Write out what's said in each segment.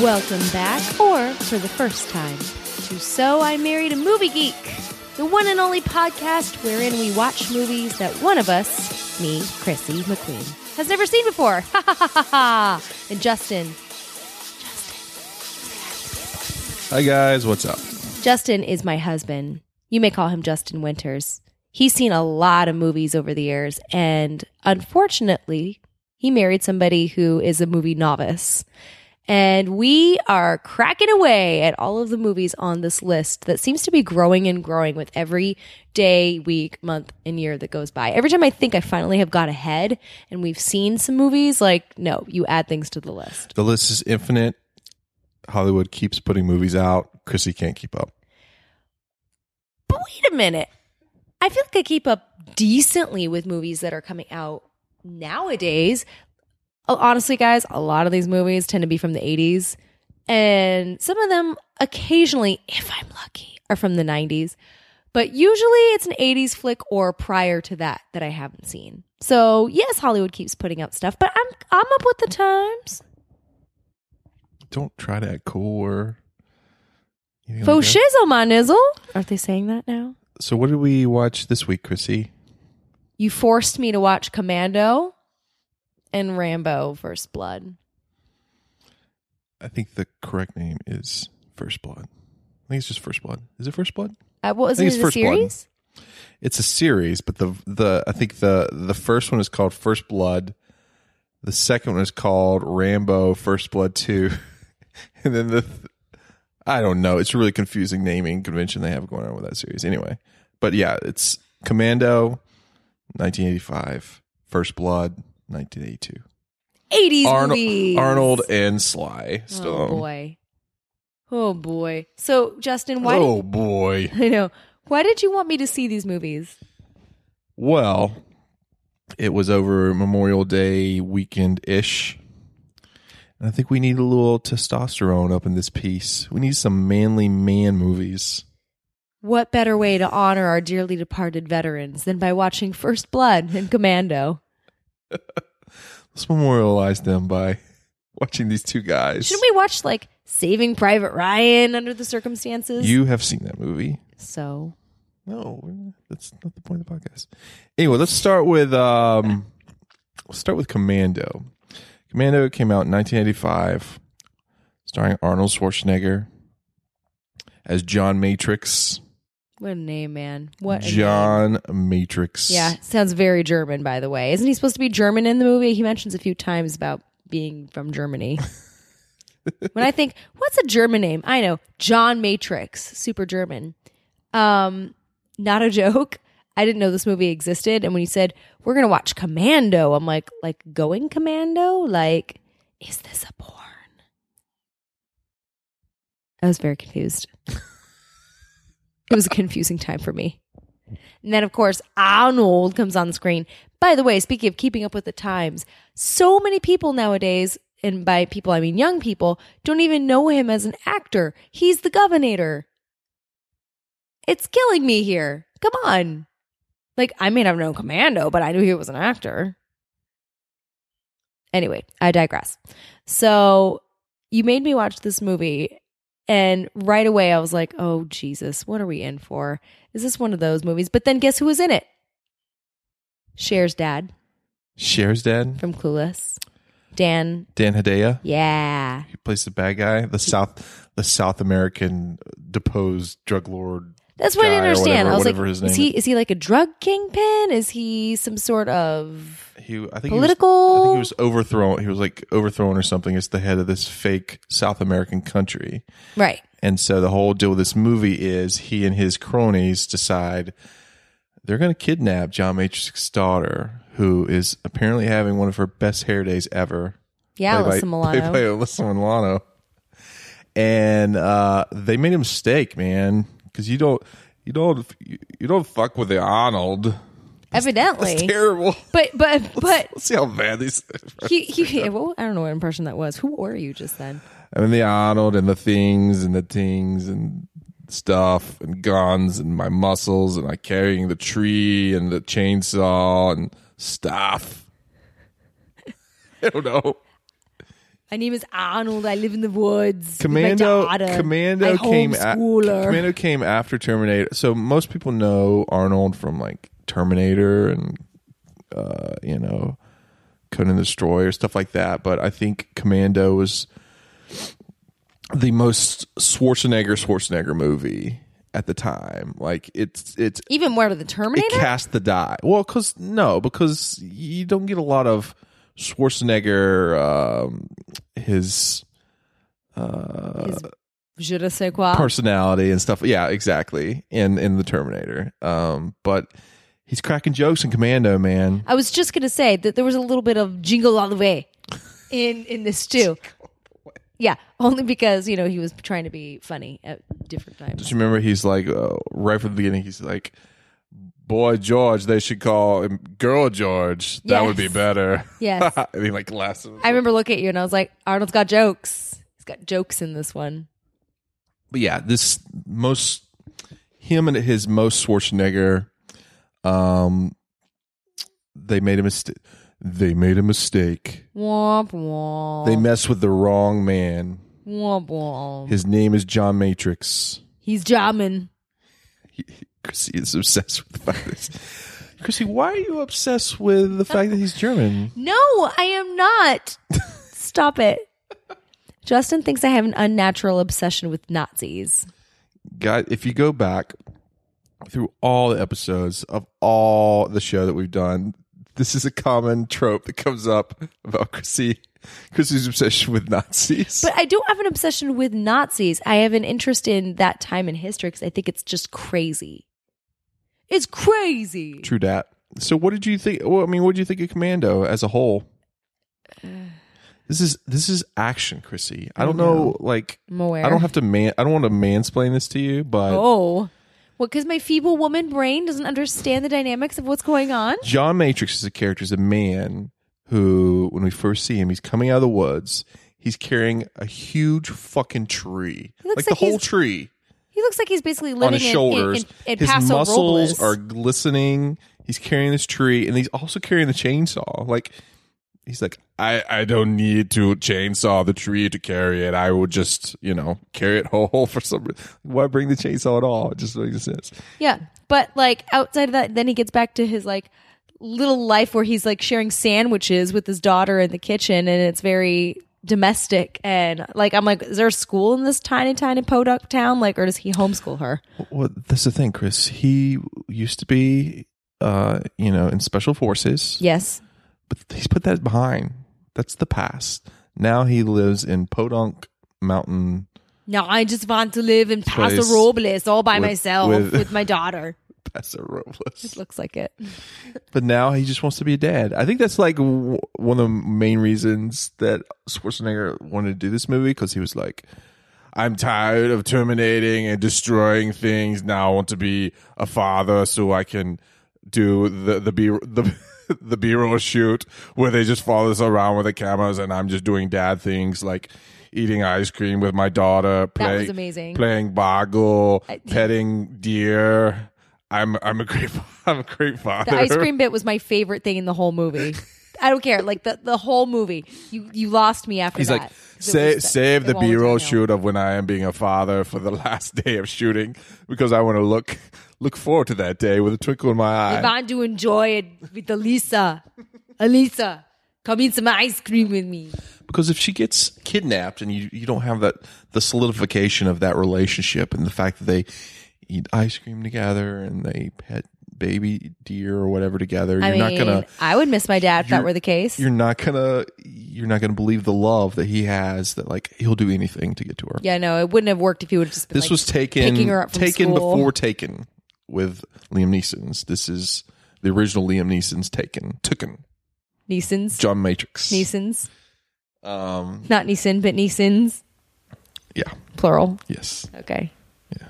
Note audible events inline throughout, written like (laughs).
Welcome back, or for the first time, to So I Married a Movie Geek, the one and only podcast wherein we watch movies that one of us, me, Chrissy McQueen, has never seen before. (laughs) Ha ha ha ha ha! And Justin, Hi guys, what's up? Justin is my husband. You may call him Justin Winters. He's seen a lot of movies over the years, and unfortunately, he married somebody who is a movie novice. And we are cracking away at all of the movies on this list that seems to be growing and growing with every day, week, month, and year that goes by. Every time I think I finally have got ahead and we've seen some movies, like, no, you add things to the list. The list is infinite. Hollywood keeps putting movies out. Chrissy can't keep up. But wait a minute. I feel like I keep up decently with movies that are coming out nowadays. Uh, Honestly, guys, a lot of these movies tend to be from the 80s. And some of them, occasionally, if I'm lucky, are from the 90s. But usually it's an 80s flick or prior to that that I haven't seen. So, yes, Hollywood keeps putting out stuff, but I'm I'm up with the times. Don't try to act cool or anything like Faux that. shizzle, my nizzle. Aren't they saying that now? So what did we watch this week, Chrissy? you forced me to watch Commando and Rambo First Blood. I think the correct name is First Blood. I think it's just First Blood. Is it First Blood? Uh, what was I think it? it's The First Blood. series? It's a series, but the the I think the the first one is called First Blood. The second one is called Rambo First Blood 2. (laughs) and then the th- I don't know. It's a really confusing naming convention they have going on with that series. Anyway, but yeah, it's Commando 1985, First Blood 1982. 80s Arnold movies. Arnold and Sly Oh Stallone. boy. Oh boy. So Justin, why? Oh boy. Did, (laughs) I know. Why did you want me to see these movies? Well, it was over Memorial Day weekend ish. And I think we need a little testosterone up in this piece. We need some manly man movies. What better way to honor our dearly departed veterans than by watching First Blood and Commando? Let's memorialize them by (laughs) watching these two guys. Shouldn't we watch like Saving Private Ryan under the circumstances? You have seen that movie. so No, that's not the point of the podcast. Anyway, let's start with um let's start with Commando. Commando came out in 1985 starring Arnold Schwarzenegger as John Matrix. what a name, man! What a name. John Matrix. Yeah, sounds very German, by the way. Isn't he supposed to be German in the movie? He mentions a few times about being from Germany. when I think, what's a German name? I know John Matrix, super German. Um, not a joke. I didn't know this movie existed, and when you said we're gonna watch Commando, I'm like, like going Commando? Like, is this a porn? I was very confused. (laughs) it was a confusing time for me. And then, of course, Arnold comes on the screen. By the way, speaking of keeping up with the times, so many people nowadays, and by people I mean young people, don't even know him as an actor. He's the governor. It's killing me here. Come on. Like, I may not have known Commando, but I knew he was an actor. Anyway, I digress. So, you made me watch this movie, and right away I was like, oh, Jesus, what are we in for? Is this one of those movies? But then guess who was in it? Cher's dad Cher's dad, from Clueless. Dan. Dan Hedaya. Yeah. He plays the bad guy, the South the South American deposed drug lord. That's what I didn't guy or understand. whatever- I was whatever like, his is name he is he like a drug kingpin? Is he some sort of He I think he was- I political? think he was overthrown. He was like overthrown or something. It's the head of this fake South American country. right. And so the whole deal with this movie is he and his cronies decide they're going to kidnap John Matrix's daughter, who is apparently having one of her best hair days ever. Yeah, Alyssa played by, Milano. (laughs) played by Alyssa Milano. And uh, they made a mistake, man, because you don't, you don't, you don't fuck with the Arnold. Evidently. That's terrible. (laughs) But but but Let's see how bad these. he, he (laughs) well, I don't know what impression that was. Who were you just then? I mean, the Arnold and the things and the things and stuff and guns and my muscles and I carrying the tree and the chainsaw and stuff. (laughs) I don't know. My name is Arnold. I live in the woods. Commando Commando came a- Commando came after Terminator. So most people know Arnold from like Terminator and uh, you know Conan the Destroyer stuff like that, but I think Commando was the most Schwarzenegger Schwarzenegger movie at the time. Like it's it's Even more to the it Terminator. cast the die. Well, because no, because you don't get a lot of Schwarzenegger um, his His je ne sais quoi. personality and stuff. Yeah, exactly. In in the Terminator. Um, but he's cracking jokes in Commando, man. I was just gonna say that there was a little bit of jingle all the way in in (laughs) this too. Yeah, only because you know he was trying to be funny at different times. Just remember, he's like uh, right from the beginning. He's like, "Boy George, they should call him Girl George. That would be Yes. better." (laughs) Yes. (laughs) I mean, like last. I remember looking at you and I was like, Arnold's got jokes. He's got jokes in this one. But yeah, this most him and his most Schwarzenegger. Um, they made a mistake. They made a mistake. Womp womp. They messed with the wrong man. womp womp. His name is John Matrix. He's jamming. He- he- Chrissy is obsessed with the fact that. he's- Chrissy, why are you obsessed with the fact that he's German? No, I am (laughs) not. Stop it. Justin thinks I have an unnatural obsession with Nazis. Guy, if you go back through all the episodes of all the show that we've done, this is a common trope that comes up about Chrissy, Chrissy's obsession with Nazis. But I don't have an obsession with Nazis. I have an interest in that time in history because I think it's just crazy. It's crazy. True dat. So, what did you think? Well, I mean, what did you think of Commando as a (sighs) whole? This is this is action, Chrissy. I don't know, like I'm aware. I don't have to man. I don't want to mansplain this to you, but Oh. What? Because my feeble woman brain doesn't understand the dynamics of what's going on? John Matrix is a character, is a man who, when we first see him, he's coming out of the woods. He's carrying a huge fucking tree, He looks like the like whole he's tree He looks like he's basically living on his in- in- shoulders. in, in his Paso muscles Robles. are glistening. He's carrying this tree, and he's also carrying the chainsaw. Like he's like, I I don't need to chainsaw the tree to carry it. I will just you know carry it (laughs) whole for some. reason. Why bring the chainsaw at all? It just makes sense. Yeah. But like outside of that, then he gets back to his like little life where he's like sharing sandwiches with his daughter in the kitchen and it's very domestic and like I'm like, is there a school in this tiny, tiny Podunk town? Like, or does he homeschool her? Well, that's the thing, Chris. He used to be, uh, you know, in special forces, Yes. but he's put that behind. That's the past. Now he lives in Podunk Mountain. No, I just want to live in Paso Place Robles all by with- myself with- with, my daughter. Paso Robles. Looks like (laughs) it. But now he just wants to be a dad. I think that's like w- one of the main reasons that Schwarzenegger wanted to do this movie because he was like, I'm tired of terminating and destroying things. Now I want to be a father so I can do the the B the (laughs) the B roll shoot where they just follow us around with the cameras and I'm just doing dad things like eating ice cream with my daughter, That playing was amazing. playing boggle, petting deer. I'm I'm a great (laughs) I'm a great father. The ice cream bit was my favorite thing in the whole movie. I don't care. Like the, the whole movie. You you lost me after He's that. like, 'Cause it save, was- save it the won't B roll turn out. shoot of when I am being a father for the (laughs) last day of shooting because I want to look look forward to that day with a twinkle in my I eye. want to enjoy it with Elisa. Elisa, come eat some ice cream with me. Because if she gets kidnapped and you, you don't have that the solidification of that relationship and the fact that they eat ice cream together and they pet baby deer or whatever together, I you're mean, not gonna I would miss my dad if that you're- were the case. you're not gonna you're not gonna believe the love that he has that like he'll do anything to get to her. Yeah, no, it wouldn't have worked if he would have just been This like, was taken picking her up from taken school. before Taken with Liam Neeson's. This is the original Liam Neeson's Taken. Taken. Neeson's. John Matrix. Neeson's. Um, Not Neeson, but Neeson's yeah. plural. Yes. Okay. Yeah.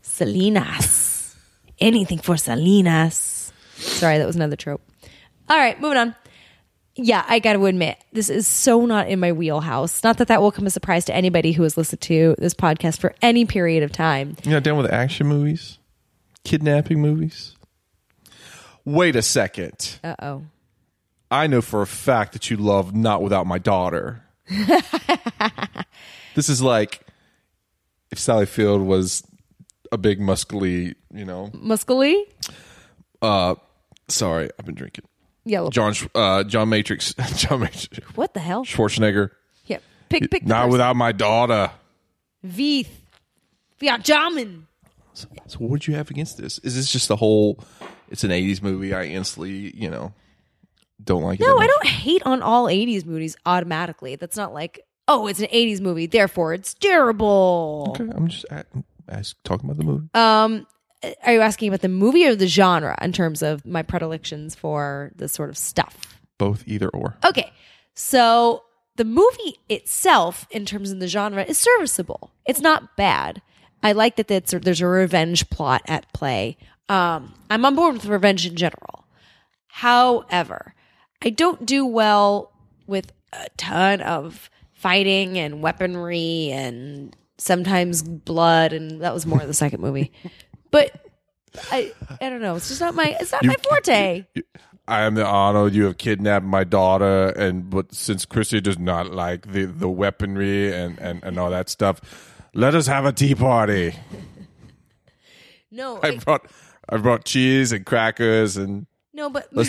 Salinas. Anything for Salinas. Sorry, that was another trope. All right, moving on. Yeah, I got to admit, this is so not in my wheelhouse. Not that that will come as a surprise to anybody who has listened to this podcast for any period of time. You're not done with action movies, kidnapping movies. Wait a second. Uh oh. I know for a fact that you love Not Without (laughs) My Daughter. this is like if Sally Field was a big muscly, you know. Muscly? Uh, sorry, I've been drinking. Yellow. John Sch- uh, John Matrix (laughs) John Matrix What the hell? Schwarzenegger. Yep. Pick, pick. the Not person. Without My Daughter. Veith. We are jamming. So, so what did you have against this? Is this just the whole? It's an '80s movie. I instantly, you know, don't like it. No, that I much. don't hate on all 80s movies automatically. That's not like, oh, it's an 80s movie, therefore it's terrible. Okay, I'm just at, as talking about the movie. Um, are you asking about the movie or the genre in terms of my predilections for this sort of stuff? Both, either or. Okay. So the movie itself, in terms of the genre, is serviceable. It's not bad. I like that that's, there's a revenge plot at play. Um, I'm on board with revenge in general. However, I don't do well with a ton of fighting and weaponry and sometimes blood and that was more the second movie. But I I don't know, it's just not my it's not You- my forte. I am honored you have kidnapped my daughter, and but since Chrissy does not like the the weaponry and and and all that stuff, let us have a tea party. No. I I- brought I brought cheese and crackers and. no, but Let's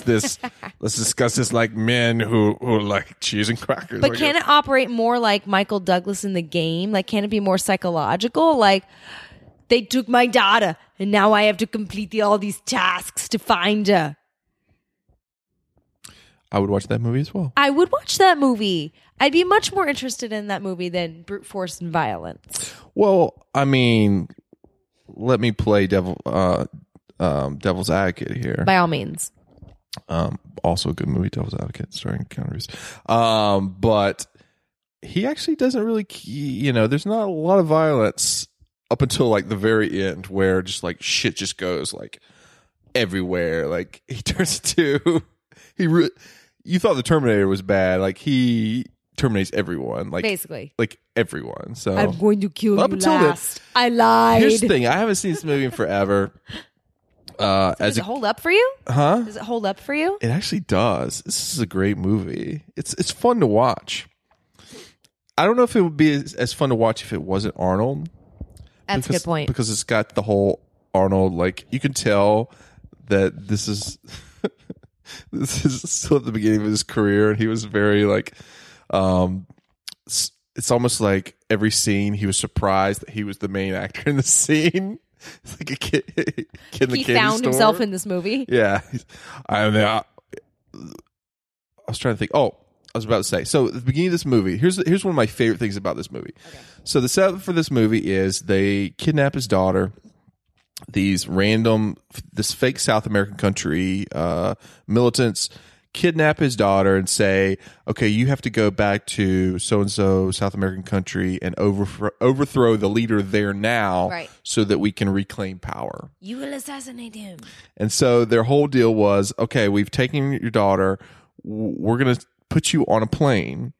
(laughs) this. let's discuss this like men who, who like cheese and crackers. But Like, can it operate more like Michael Douglas in the game? Like, can it be more psychological? Like, they took my daughter, and now I have to complete the, all these tasks to find her. I would watch that movie as well. I would watch that movie. I'd be much more interested in that movie than brute force and violence. Well, I mean, let me play devil uh um devil's advocate here. By all means, Um also a good movie Devil's Advocate starring Keanu Reeves. Um but he actually doesn't really ke- you know, there's not a lot of violence up until like the very end where just like shit just goes like everywhere. Like (laughs) he turns to he re- you thought the Terminator was bad. Like he terminates everyone. Like basically. like everyone. So I'm going to kill Up you until the- last. I lied. Here's the thing: I haven't seen this movie in forever. Uh, Does as it a, hold up for you? huh? Does it hold up for you? It actually does. This is a great movie. It's it's fun to watch. I don't know if it would be as, as fun to watch if it wasn't Arnold. That's because, a good point. Because it's got the whole Arnold. Like you can tell that this is (laughs) this is still at the beginning of his career, and he was very like. um s- It's almost like every scene he was surprised that he was the main actor in the (laughs) scene. It's like a kid, kid in the he candy found store. himself in this movie. Yeah, (laughs) I mean, I, I was trying to think. Oh, I was about to say. So at the beginning of this movie, here's here's one of my favorite things about this movie. So the setup for this movie is they kidnap his daughter. These random, this fake South American country uh, militants kidnap his daughter and say, "Okay, you have to go back to so and so South American country and overthrow, overthrow the leader there now, Right. so that we can reclaim power." You will assassinate him. And so their whole deal was okay, we've taken your daughter. W- We're going to put you on a plane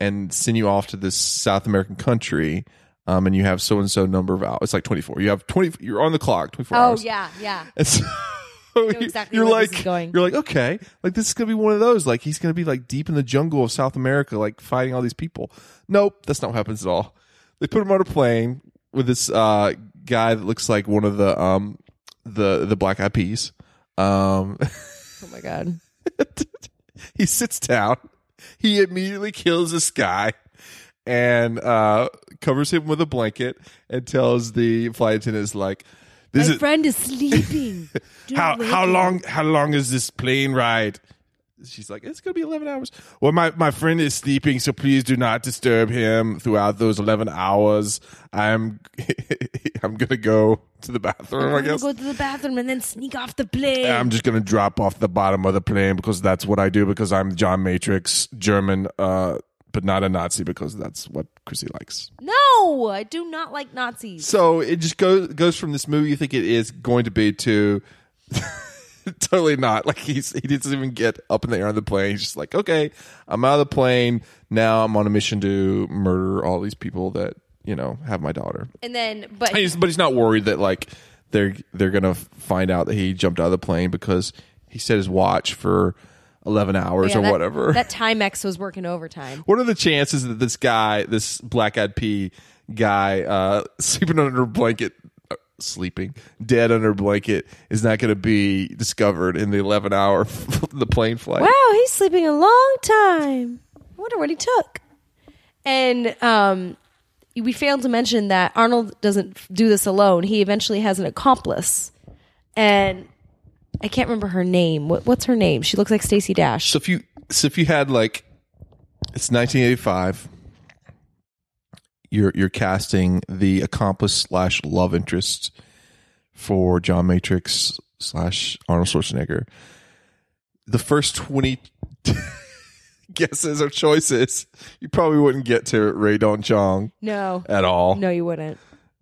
and send you off to this South American country. Um, and you have so and so number of hours. It's like 24. You have 20, you're on the clock, 24 Oh hours. yeah, yeah. And so (laughs) exactly you're where this like, is going. you're like, okay, like this is going to be one of those. Like he's going to be like deep in the jungle of South America, like fighting all these people. Nope, that's not what happens at all. They put him on a plane with this uh, guy that looks like one of the um, the the black eyed peas. Um, (laughs) Oh my god. he sits down. He immediately kills this guy and uh, covers him with a blanket and tells the flight attendant is like, "This My is (laughs) friend is sleeping. Do how not wake how him. long how long is this plane ride? she's like, it's gonna be eleven hours. Well, my my friend is sleeping, so please do not disturb him throughout those eleven hours. I'm (laughs) I'm gonna go to the bathroom. I I'm gonna guess. go to the bathroom and then sneak off the plane. I'm just gonna drop off the bottom of the plane because that's what I do because I'm John Matrix German, uh, but not a Nazi because that's what Chrissy likes. no, I do not like Nazis. So it just goes goes from this movie you think it is going to be to (laughs) totally not. Like he's he doesn't even get up in the air on the plane. He's just like, okay, I'm out of the plane. Now I'm on a mission to murder all these people that you know have my daughter. And then, but And he's, but he's not worried that like they're they're gonna find out that he jumped out of the plane because he set his watch for eleven hours Yeah, or that- whatever. That Timex was working overtime. What are the chances that this guy, this black eyed pea guy, uh, (laughs) sleeping under a blanket, uh, sleeping dead under a blanket, is not going to be discovered in the eleven hour (laughs) the plane flight? Wow, he's sleeping a long time. I wonder what he took. And um, we failed to mention that Arnold doesn't f- do this alone. He eventually has an accomplice, and I can't remember her name. What, what's her name? She looks like Stacy Dash. So if you so if you had like it's 1985, you're you're casting the accomplice slash love interest for John Matrix slash Arnold Schwarzenegger. The first 20 (laughs) guesses or choices, you probably wouldn't get to Ray Dong Chong No, at all. no, you wouldn't.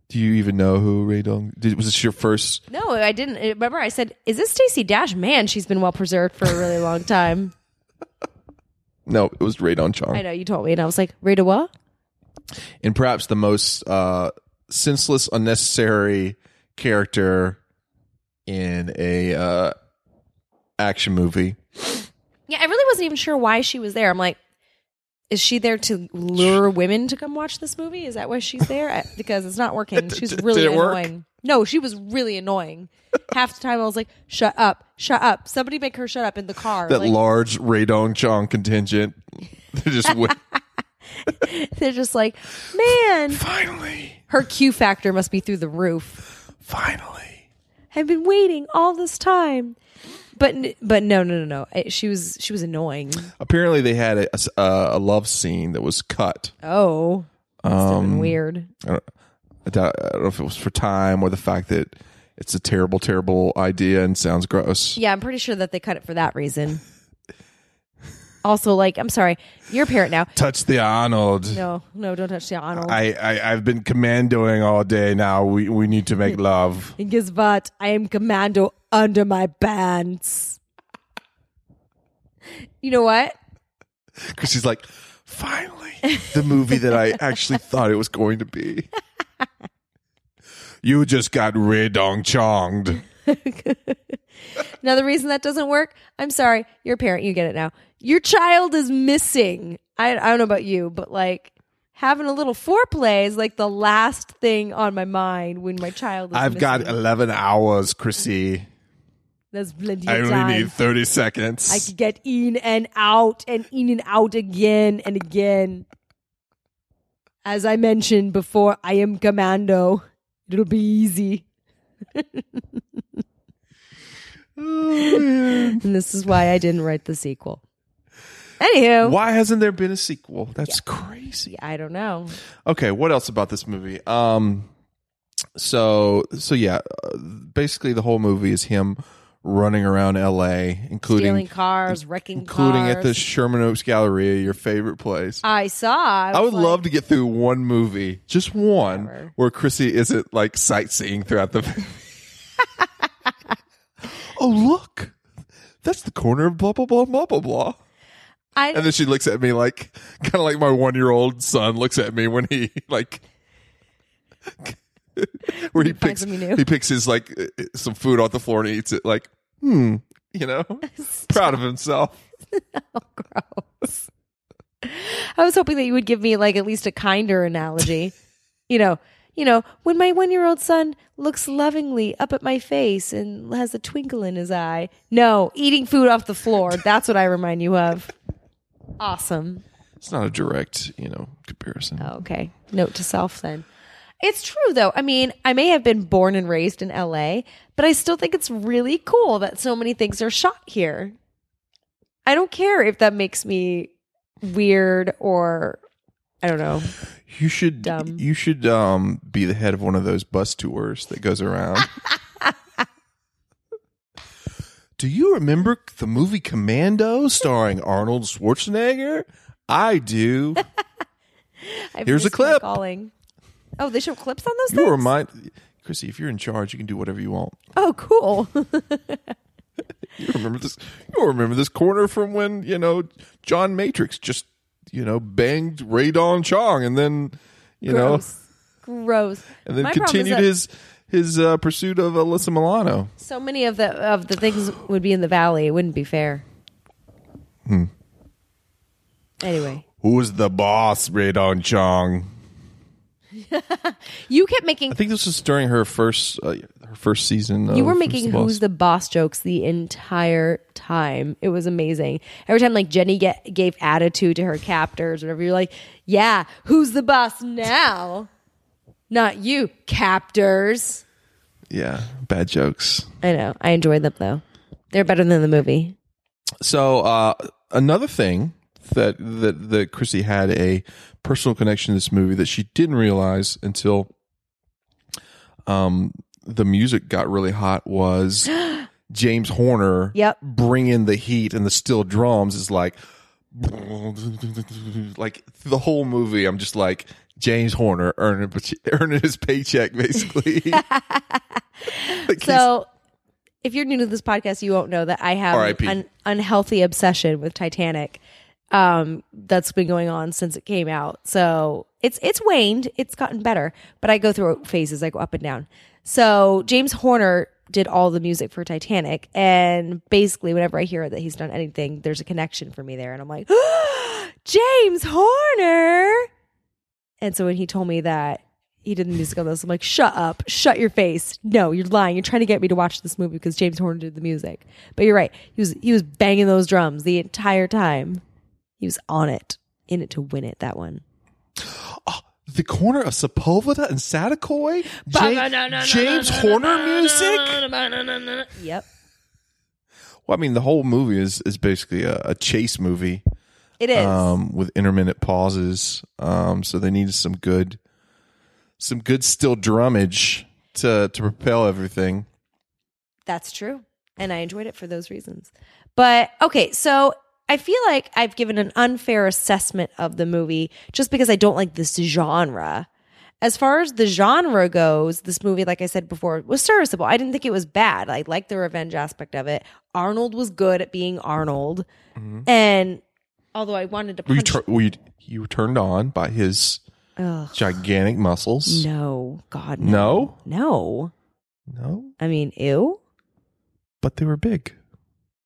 Do you even know who Ray Dong? Did, was this your first? No, I didn't. Remember, I said, "Is this Stacy Dash?" Man, she's been well preserved for a really long (laughs) time. No, it was Ray Dong Chong. I know you told me, and I was like, "Rita, what?" and perhaps the most uh, senseless, unnecessary character in a uh, action movie. Yeah, I really wasn't even sure why she was there. I'm like, is she there to lure women to come watch this movie? Is that why she's there? I, because it's not (laughs) working. She's did really it work? annoying. No, she was really annoying. Half the time I was like, shut up, shut up. Somebody make her shut up in the car. That Like, large Radon Chong contingent. (laughs) They just went, they're just like, man, finally, her Q factor must be through the roof. finally. I've been waiting all this time. But n- but no no no no I, she was she was annoying Apparently, they had a, a s- uh, a love scene that was cut. oh that's Um, been weird I doubt- I don't know if it was for time or the fact that it's a terrible, terrible idea and sounds gross. Yeah, I'm pretty sure that they cut it for that reason. also, like, I'm sorry, you're a parent now. Touch the Arnold. No, no, don't touch the Arnold. I, I I've been commandoing all day now. We we need to make love. Guess what? I am commando under my pants. You know what? Because she's like, finally, (laughs) the movie that I actually thought it was going to be. You just got redong chonged. (laughs) Another reason that doesn't work. I'm sorry, you're a parent. You get it now. Your child is missing. I, I don't know about you, but like having a little foreplay is like the last thing on my mind when my child is. I've got missing. 11 hours, Chrissy. That's plenty of I only time. need 30 seconds. I could get in and out and in and out again and again. As I mentioned before, I am commando. It'll be easy. Oh, And this is why I didn't write the sequel. Anywho, Why hasn't there been a sequel? That's crazy. I don't know. Okay, what else about this movie? Um, so so yeah, uh, basically the whole movie is him running around L.A., Stealing including cars, wrecking including cars. at the Sherman Oaks Galleria, your favorite place. I saw. I, I was would like, love to get through one movie, just one, Whatever. where Chrissy isn't like sightseeing throughout the. oh look, that's the corner of blah blah blah blah blah blah. I, And then she looks at me like, kind of like my one year old son looks at me when he like, where he, finds picks something new. he picks his like uh, uh, some food off the floor and eats it. Like, hmm, you know, proud of himself. (laughs) gross. I was hoping that you would give me like at least a kinder analogy. you know, you know, when my one-year-old son looks lovingly up at my face and has a twinkle in his eye. No, eating food off the floor. That's what I remind you of. Awesome. It's not a direct, you know, comparison. Oh, Okay. Note to self then. It's true though. I mean, I may have been born and raised in LA, but I still think it's really cool that so many things are shot here. I don't care if that makes me weird or I don't know. You should Dumb. you should um be the head of one of those bus tours that goes around. (laughs) Do you remember the movie Commando starring Arnold Schwarzenegger? I do. I've Here's a missed my clip. Calling. Oh, they show clips on those You things. were my Chrissy, if you're in charge, you can do whatever you want. oh, (laughs) cool. You remember this you remember this corner from when, you know, John Matrix just, you know, banged Radon Chong and then you know Gross. Gross. and then My problem is continued that his his uh, pursuit of Alyssa Milano. So many of the of the things would be in the valley. It wouldn't be fair. Hmm. Anyway, Who's the boss, Radon Chong? you kept making I think this was during her first uh, her first season. you of were Who's making Boss. who's the boss jokes the entire time. It was amazing. Every time like Jenny get, gave attitude to her captors or whatever, you're like, yeah, who's the boss now? Not you, captors. yeah bad jokes. I know. I enjoyed them though. They're better than the movie. So uh, another thing that that that Chrissy had a personal connection to this movie that she didn't realize until um the music got really hot was James Horner Yep. bringing the heat and the steel drums is like like the whole movie I'm just like James Horner earning earning his paycheck basically. Like, he's- So, if you're new to this podcast, you won't know that I have R.I.P.. an unhealthy obsession with Titanic. Um, that's been going on since it came out. So it's it's waned. It's gotten better, but I go through phases. I go up and down. So James Horner did all the music for Titanic, and basically, whenever I hear that he's done anything, there's a connection for me there, and I'm like, (gasps) James Horner. And so when he told me that he did the music on this, I'm like, shut up, shut your face. No, you're lying. You're trying to get me to watch this movie because James Horner did the music. But you're right. He was he was banging those drums the entire time. He was on it, in it to win it. That one. the corner of Sepulveda and Satakoy? Ja- James Horner music? Yep. Well, I mean, the whole movie is, is basically a, a chase movie It is. um, with intermittent pauses. Um, so they needed some good, some good still drummage to to propel everything. That's true. And I enjoyed it for those reasons. But okay, so I feel like I've given an unfair assessment of the movie just because I don't like this genre. As far as the genre goes, this movie, like I said before, was serviceable. I didn't think it was bad. I liked the revenge aspect of it. Arnold was good at being Arnold. And although I wanted to Mm-hmm. Were you, punch tur- were you you were turned on by his Ugh, gigantic muscles? no, God no. No, No. no, I mean, ew. but they were big.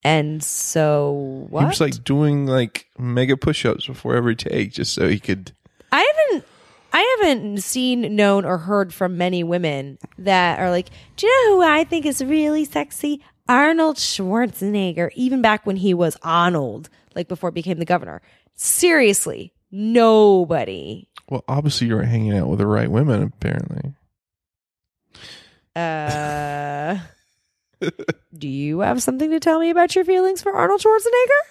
And so what? He was like doing like mega push-ups before every take, just so he could. I haven't I haven't seen, known, or heard from many women that are like, Do you know who I think is really sexy? Arnold Schwarzenegger, even back when he was Arnold, like before he became the governor. Seriously, nobody. Well, obviously, you were hanging out with the right women, apparently. Uh (laughs) Do you have something to tell me about your feelings for Arnold Schwarzenegger?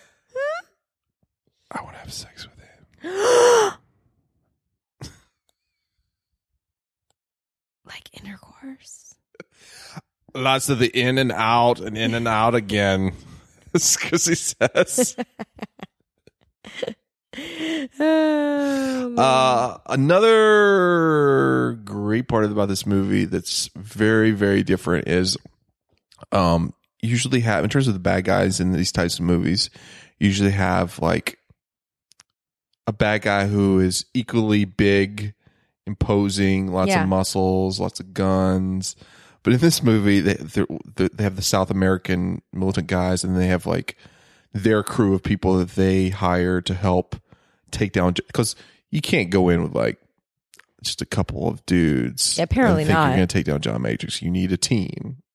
I want to have sex with him. Like intercourse. Lots of the in and out and in and out again. (laughs) That's because he says. Um, Uh, another great part about this movie that's very, very different is um, usually have, in terms of the bad guys in these types of movies, usually have like a bad guy who is equally big, imposing, lots Yeah. of muscles, lots of guns. But in this movie, they they're- they they have the South American militant guys, and they have like their crew of people that they hire to help take down because you can't go in with like just a couple of dudes. Yeah, apparently and think not. You're going to take down John Matrix. You need a team. (laughs)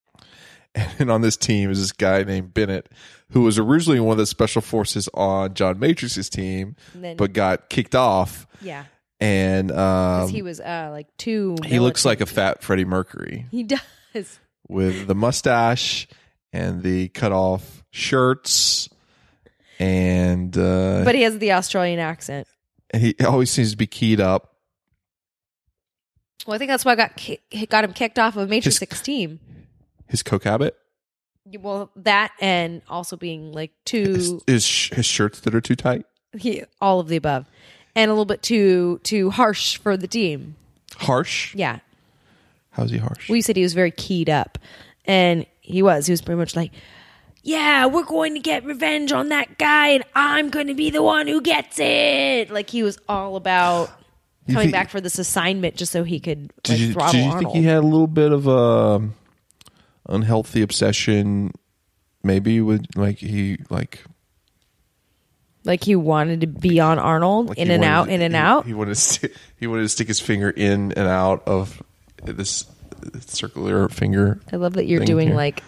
And on this team is this guy named Bennett, who was originally one of the special forces on John Matrix's team, and then- but got kicked off. yeah. And um, 'Cause he was uh, like two. he looks like a fat Freddie Mercury He does. with the mustache and the cut off shirts and uh, But he has the Australian accent. he always seems to be keyed up. Well, I think that's why I got ki- got him kicked off of Matrix His- 16. His coke habit, Well, that and also being like his, too his sh- his shirts that are too tight. he, all of the above, and a little bit too too harsh for the team. Harsh. Yeah, How's he harsh? well, you said he was very keyed up, and he was. He was pretty much like, "Yeah, we're going to get revenge on that guy, and I'm going to be the one who gets it." Like he was all about You coming think- back for this assignment just so he could Did like, you, throttle did you Arnold. think he had a little bit of a unhealthy obsession? Maybe with like he like like he wanted to be on Arnold, like in he and wanted out, to- in and he- out. He wanted to sti he wanted to stick his finger in and out of this circular finger. I love that you're thing doing here. like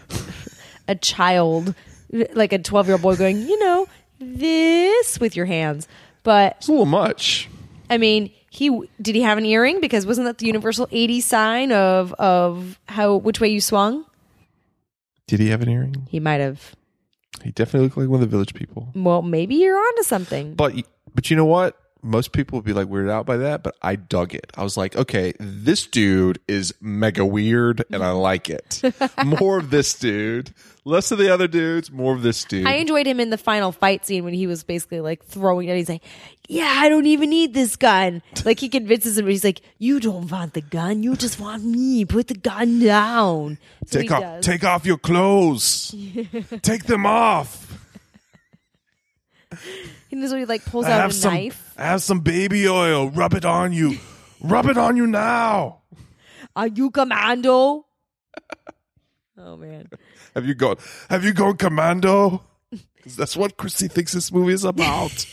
a child, like a 12 year old boy going, you know, this with your hands. But it's a little much. I mean, he did he have an earring? Because wasn't that the universal 80 sign of of how which way you swung? Did he have an earring? He might have. He definitely looked like one of the village people. Well, maybe you're onto something. But y- but you know what? Most people would be like weirded out by that, but I dug it. I was like, okay, this dude is mega weird, and I (laughs) like it. more of this dude, less of the other dudes, more of this dude. I enjoyed him in the final fight scene when he was basically like throwing it. He's like, "Yeah, I don't even need this gun." Like he convinces him. He's like, "You don't want the gun. You just want me. Put the gun down." So take he off, does. take off (laughs) your clothes. take them off. And so he like pulls out a knife. I have some baby oil. Rub it on you. Rub it on you now. Are you commando? (laughs) oh man. Have you gone? Have you gone (laughs) commando? 'Cause that's what Christy thinks this movie is about.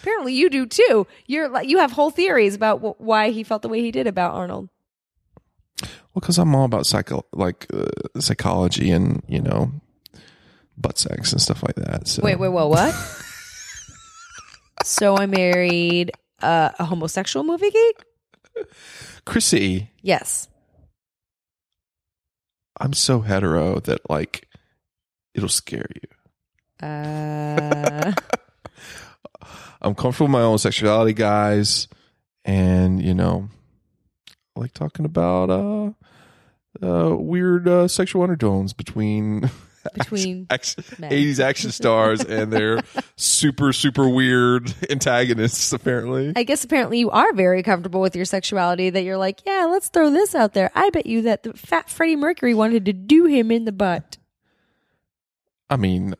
Apparently you do too. You're like you have whole theories about wh- why he felt the way he did about Arnold. well, because I'm all about psycho, like uh, psychology and you know, butt sex and stuff like that. So Wait, wait, whoa, (laughs) what? so I married uh, a homosexual movie geek? Chrissy, Yes. I'm so hetero that like it'll scare you. Uh, I'm comfortable with my own sexuality, guys, and you know, I like talking about uh, uh weird uh, sexual undertones between (laughs) between action, Men. 80s action stars and their super super weird antagonists. Apparently, I guess apparently you are very comfortable with your sexuality that you're like, yeah, let's throw this out there. I bet you that the fat Freddie Mercury wanted to do him in the butt. I mean,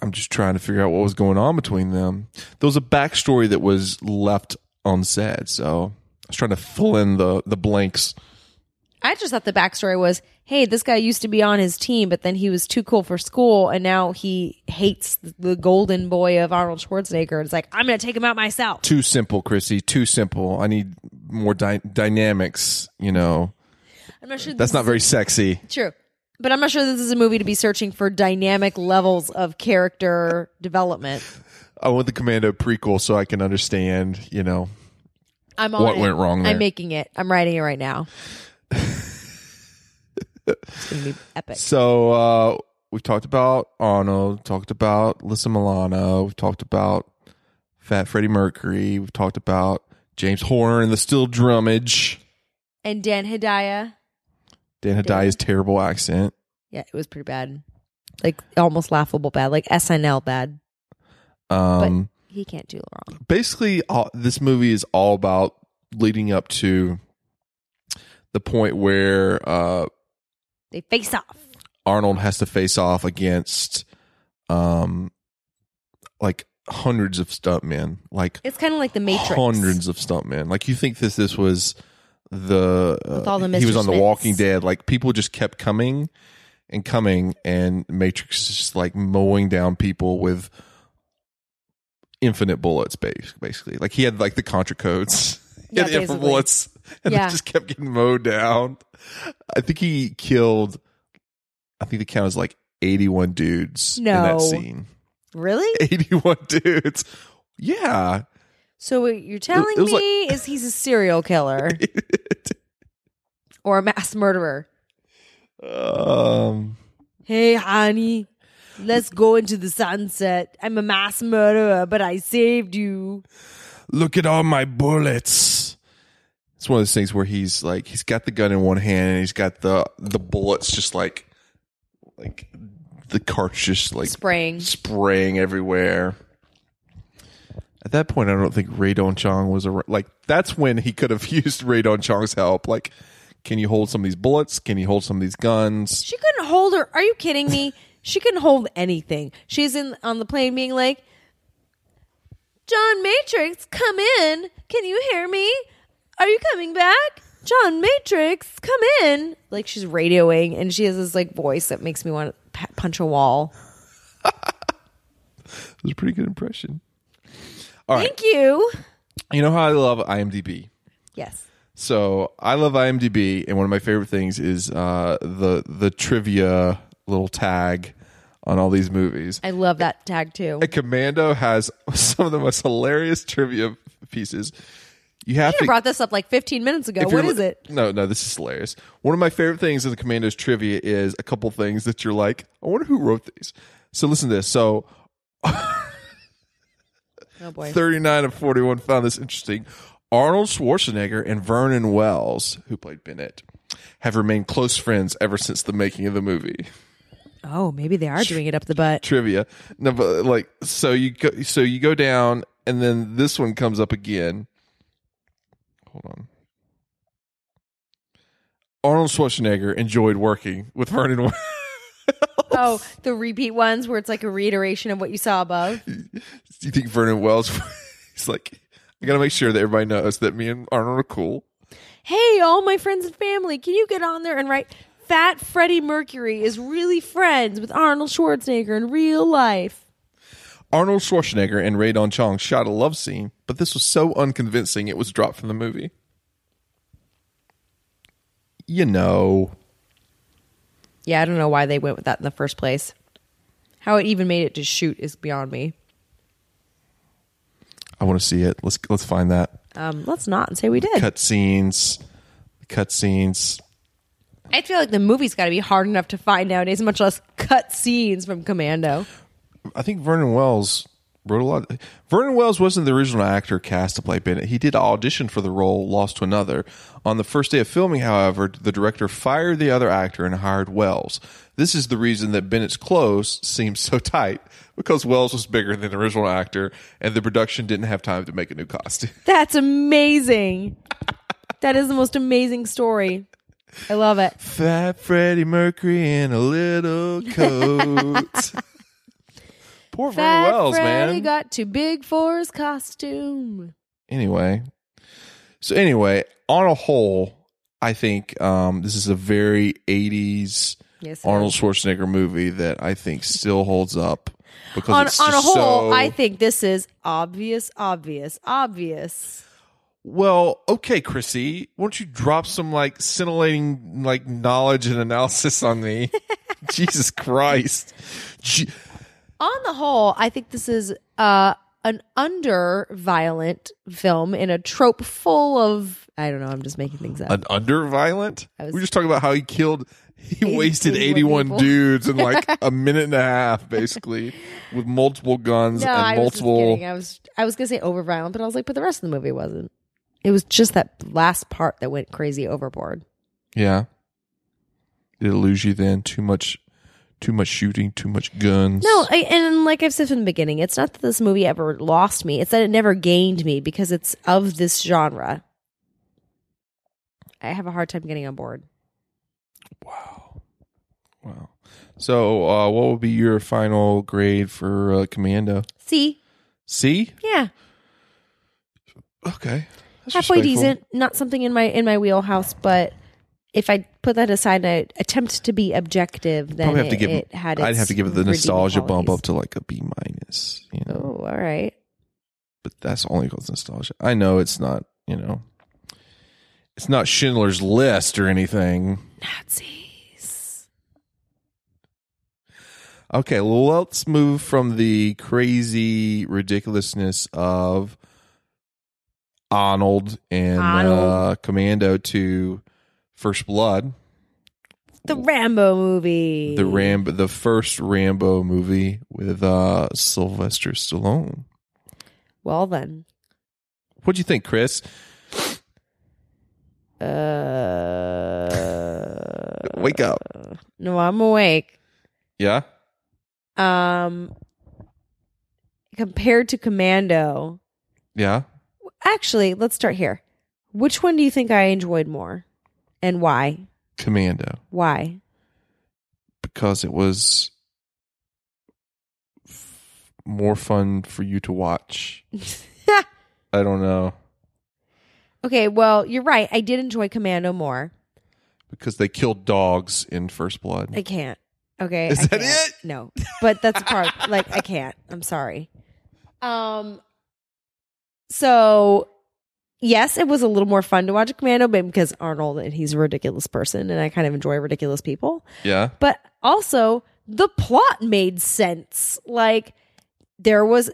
I'm just trying to figure out what was going on between them. There was a backstory that was left unsaid, so I was trying to fill in the the blanks. I just thought the backstory was, hey, this guy used to be on his team, but then he was too cool for school, and now he hates the golden boy of Arnold Schwarzenegger. It's like I'm going to take him out myself. too simple, Chrissy. Too simple. I need more dy- dynamics. You know, I'm not sure that's this not very sexy. is true, but I'm not sure this is a movie to be searching for dynamic levels of character development. I want the Commando prequel so I can understand. You know, I'm on What it. went wrong there? I'm making it. I'm writing it right now. it's going to be epic. so uh, we've talked about Arnold, talked about Lisa Milano, we've talked about Fat Freddie Mercury, we've talked about James Horner and the Still Drummage, And Dan Hedaya. Dan Hadaya's terrible accent. Yeah, it was pretty bad. Like almost laughable bad, like SNL bad. Um, He can't do wrong. basically all, this movie is all about leading up to the point where uh, They face off. Arnold has to face off against um like hundreds of stuntmen, like (laughs) It's kind of like the Matrix. hundreds of stuntmen. Like you think this this was the With all the he was Mr. on The Smiths. Walking Dead. Like people just kept coming and coming, and Matrix is just like mowing down people with infinite bullets, bas- basically. Like he had like the contra codes. (laughs) He Yeah, had infinite basically. (laughs) bullets, and Yeah. they just kept getting mowed down. I think he killed. I think the count is like eighty-one dudes in No. that scene. Really? (laughs) Eighty-one dudes. Yeah, So what you're telling was like- me is he's a serial killer or a mass murderer. Um, Hey, honey, Let's go into the sunset. I'm a mass murderer, but I saved you. look at all my bullets. It's one of those things where he's like he's got the gun in one hand and he's got the the bullets just like like the cartridge like Spraying. spraying everywhere. At that point, I don't think Radon Chong was around. Like that's when he could have (laughs) used Radon Chong's help. Like, can you hold some of these bullets? Can you hold some of these guns? She couldn't hold her. Are you kidding me? she couldn't hold anything. She's in on the plane being like, John Matrix, come in. Can you hear me? Are you coming back? John Matrix, come in. Like she's radioing and she has this like voice that makes me want to pa- punch a wall. It was a pretty good impression. Thank you. You know how I love IMDb. Yes. So I love IMDb, and one of my favorite things is uh, the the trivia little tag on all these movies. I love that tag too. And Commando has (laughs) some of the most hilarious trivia pieces. You have I to. brought this up like 15 minutes ago. if you're What li- is it? No, no, this is hilarious. One of my favorite things in the Commandos trivia is a couple things that you're like, I wonder who wrote these. So listen to this. So Oh boy. 39 of 41 found this interesting. Arnold Schwarzenegger and Vernon Wells, who played Bennett, have remained close friends ever since the making of the movie. Oh, maybe they are doing it up the butt. Trivia. No, but like so you go so you go down and then this one comes up again. Hold on. Arnold Schwarzenegger enjoyed working with Vernon Wells. (laughs) Oh, the repeat ones where it's like a reiteration of what you saw above. Do you think Vernon Wells (laughs) he's like I gotta make sure that everybody knows that me and Arnold are cool. Hey, all my friends and family, can you get on there and write Fat Freddie Mercury is really friends with Arnold Schwarzenegger in real life? Arnold Schwarzenegger and Radon Chong shot a love scene, but this was so unconvincing it was dropped from the movie. You know, Yeah, I don't know why they went with that in the first place. How it even made it to shoot is beyond me. I want to see it. Let's let's find that Um, let's not say we did. cut scenes, cut scenes. I feel like the movie's got to be hard enough to find nowadays, much less cut scenes from Commando. I think Vernon Wells wrote a lot. Vernon Wells wasn't the original actor cast to play Bennett. He did audition for the role, lost to another. On the first day of filming, however, the director fired the other actor and hired Wells. This is the reason that Bennett's clothes seemed so (laughs) tight because Wells was bigger than the original actor, and the production didn't have time to make a new costume. (laughs) That's amazing. that is the most amazing story. I love it. Fat Freddie Mercury in a (laughs) little coat. Poor Vernon Fat Wells, Freddy man. got too big for his costume. anyway so anyway on a whole i think um this is a very 80s Yes, it arnold schwarzenegger movie that i think still holds up because On, it's on a just whole, so- I think this is obvious, obvious, obvious. well okay chrissy why don't you drop some like scintillating like knowledge and analysis (laughs) on me jesus christ Gee- On the whole, I think this is uh, an under violent film in a trope full of. I don't know. I'm just making things up. an under violent I was- we were just talking about how he killed he wasted 81 81 people. dudes (laughs) in like a minute and a half basically with multiple guns no, and I was just multiple kidding. I was I was gonna say over violent, but I was like, but the rest of the movie wasn't. It was just that last part that went crazy overboard. yeah did it lose you then too much too much shooting too much guns No, I, and like I've said from the beginning, it's not that this movie ever lost me; it's that it never gained me because it's of this genre. I have a hard time getting on board. wow wow so uh what would be your final grade for uh, commando See, c yeah, okay That's halfway respectful. decent, not something in my in my wheelhouse, but if I put that aside and I attempt to be objective, then Probably have it, to give. it had. I'd its have to give it the redeeming nostalgia bump qualities. up to like a B minus. You know, Oh, all right. but that's only because nostalgia. I know it's not, you know, it's not Schindler's List or anything. Nazis. Okay, let's move from the crazy ridiculousness of Arnold and Arnold. Uh, Commando to First Blood. The Rambo movie. the Ram, the first Rambo movie with uh, Sylvester Stallone. well then. What do you think, Chris? Uh Wake up! No, I'm awake. Yeah, Um compared to Commando. yeah. Actually, let's start here. Which one do you think I enjoyed more? And why? Commando, Why? (laughs) because it was f- more fun for you to watch. I don't know Okay, well, you're right. I did enjoy Commando more. because they killed dogs in First Blood. I can't. Okay. Is I that can't. it? No. But that's a part (laughs) like I can't. I'm sorry. Um so yes, it was a little more fun to watch Commando but because Arnold and he's a ridiculous person and I kind of enjoy ridiculous people. yeah, But also the plot made sense. Like there was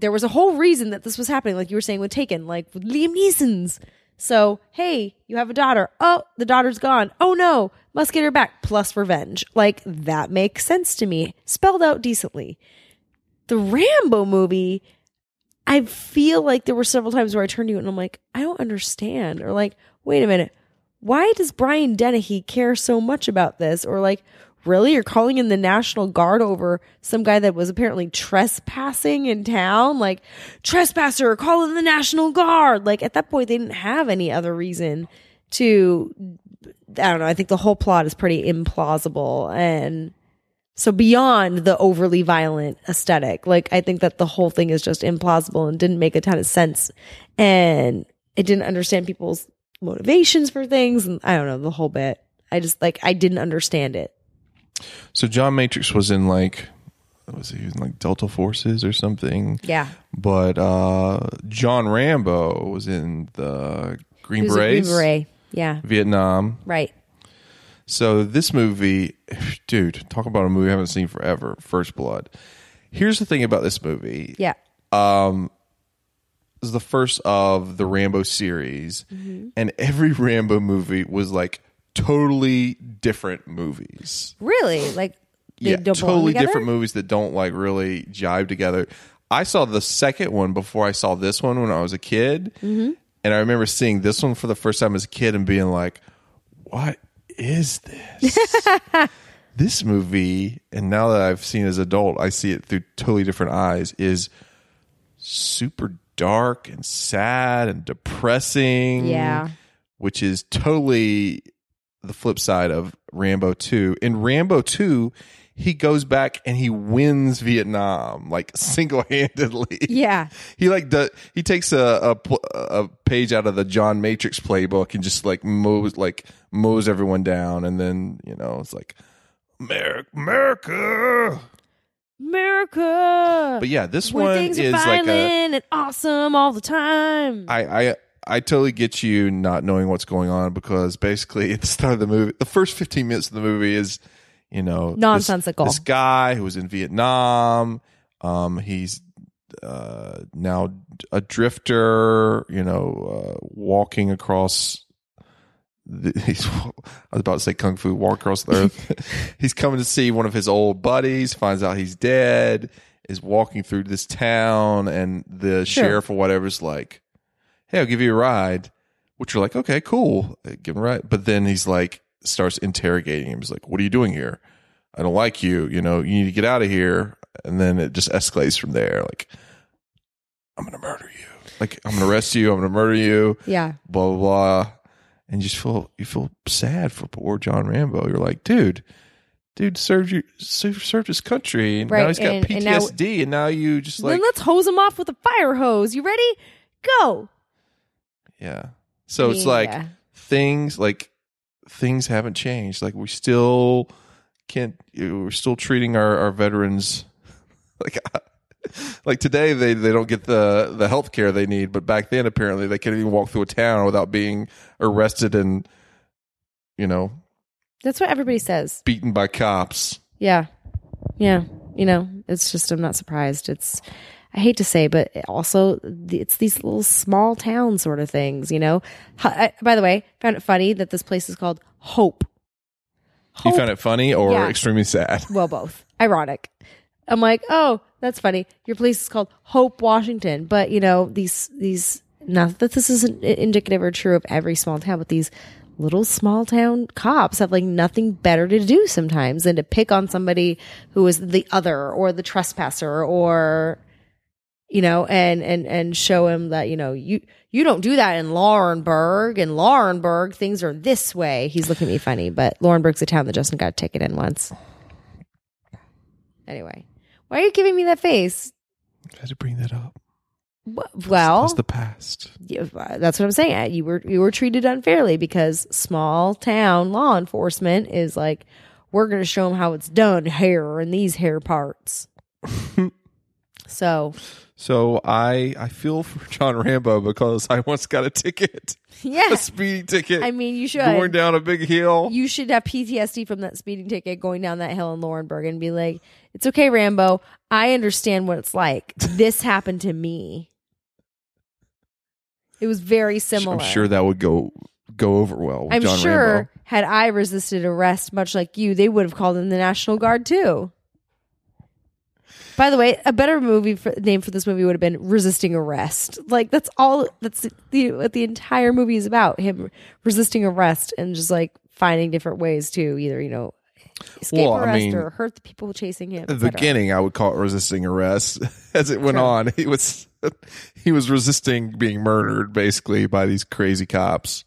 there was a whole reason that this was happening, like you were saying with Taken, like with Liam Neeson's. So, hey, you have a daughter. Oh, the daughter's gone. Oh no, must get her back. Plus revenge. Like that makes sense to me. Spelled out decently. The Rambo movie, I feel like there were several times where I turned to you and I'm like, I don't understand. Or like, wait a minute, why does Brian Dennehy care so much about this? Or like, really? You're calling in the National Guard over some guy that was apparently trespassing in town? Like, trespasser, call in the National Guard. Like, at that point, they didn't have any other reason to. I don't know. I think the whole plot is pretty implausible. And so, beyond the overly violent aesthetic, like, I think that the whole thing is just implausible and didn't make a ton of sense. And I didn't understand people's motivations for things. And I don't know, the whole bit. I just, like, I didn't understand it. So John Matrix was in like what was he, he was in like Delta Forces or something. Yeah. But uh John Rambo was in the Green He was a Green Berets, Beret. Yeah. Vietnam. Right. So this movie, (sighs) dude, talk about a movie I haven't seen forever, First Blood. Here's the thing about this movie. Yeah. This is the first of the Rambo series, and every Rambo movie was like totally different movies. Really? Like they yeah, don't belong totally together? different movies that don't like really jive together. I saw the second one before I saw this one when I was a kid, and I remember seeing this one for the first time as a kid and being like, "What is this?" this movie, and now that I've seen it as an adult, I see it through totally different eyes. Is super dark and sad and depressing. Yeah. Which is totally the flip side of Rambo 2. In Rambo 2, he goes back and he wins Vietnam like (laughs) single-handedly. Yeah. He like does, he takes a, a pl- a page out of the John Matrix playbook and just like mows like mows everyone down and then, you know, it's like America, America. America. But yeah, this where one things is are like violent a and awesome all the time. I, I I totally get you not knowing what's going on because basically at the start of the movie, the first 15 minutes of the movie is, you know, this- Nonsensical. This, guy who was in Vietnam, um, he's uh, now a drifter, you know, uh, walking across. The, (laughs) he's, I was about to say kung fu, walk across the earth. he's coming to see one of his old buddies, finds out he's dead, is walking through this town, and Sure. the sheriff or whatever's like, hey, I'll give you a ride. Which you're like, okay, cool. Uh, Give him a ride. But then he's like, starts interrogating him. He's like, what are you doing here? I don't like you. You know, you need to get out of here. And then it just escalates from there. Like, I'm going to murder you. Like, I'm going to arrest you. I'm going to murder you. yeah. Blah, blah, blah. And you just feel, you feel sad for poor John Rambo. You're like, dude, dude served you, served served his country. And Right, now he's got and- and now- PTSD. And now, you just like, then let's hose him off with a fire hose. You ready? Go. yeah. So it's Yeah. like, things like things haven't changed. Like we still can't. We're still treating our, our veterans (laughs) like like today they, they don't get the the health care they need, but back then apparently they couldn't even walk through a town without being arrested and you know That's what everybody says. beaten by cops. Yeah. Yeah. You know, it's just, I'm not surprised. It's, I hate to say, but it also the- it's these little small town sort of things, you know? Ho- I, by the way, found it funny that this place is called Hope. You found it funny or Yeah. extremely sad? well, both. Ironic. I'm like, oh, that's funny. Your place is called Hope, Washington, but you know these these. Not that this isn't i- indicative or true of every small town, but these little small town cops have like nothing better to do sometimes than to pick on somebody who is the other or the trespasser or you know and and and show him that you know you you don't do that in Laurenburg in Laurenburg things are this way he's looking at me funny but Laurenburg's a town that Justin got a ticket in once Anyway, why are you giving me that face? I (laughs) had to bring that up. Wh- Well, That's the past. yeah, that's what I'm saying. You were you were treated unfairly because small town law enforcement is like, we're going to show them how it's done here in these hair parts. (laughs) so So I I feel for John Rambo because I once got a ticket, (laughs) yeah, a speeding ticket, I mean you should going down a big hill. you should have PTSD from that speeding ticket going down that hill in Laurenburg and be like, it's okay, Rambo. I understand what it's like. This happened to me. It was very similar. I'm sure that would go go over well. With I'm John sure Rambo. had I resisted arrest, much like you, they would have called in the National Guard too. By the way, a better movie for, name for this movie would have been "Resisting Arrest." Like that's all that's the what the entire movie is about: him resisting arrest and just like finding different ways to either you know escape Well, I arrest mean, or hurt the people chasing him. et At the cetera. beginning, I would call it resisting arrest. (laughs) As it went True. on, he was (laughs) he was resisting being murdered basically by these crazy cops.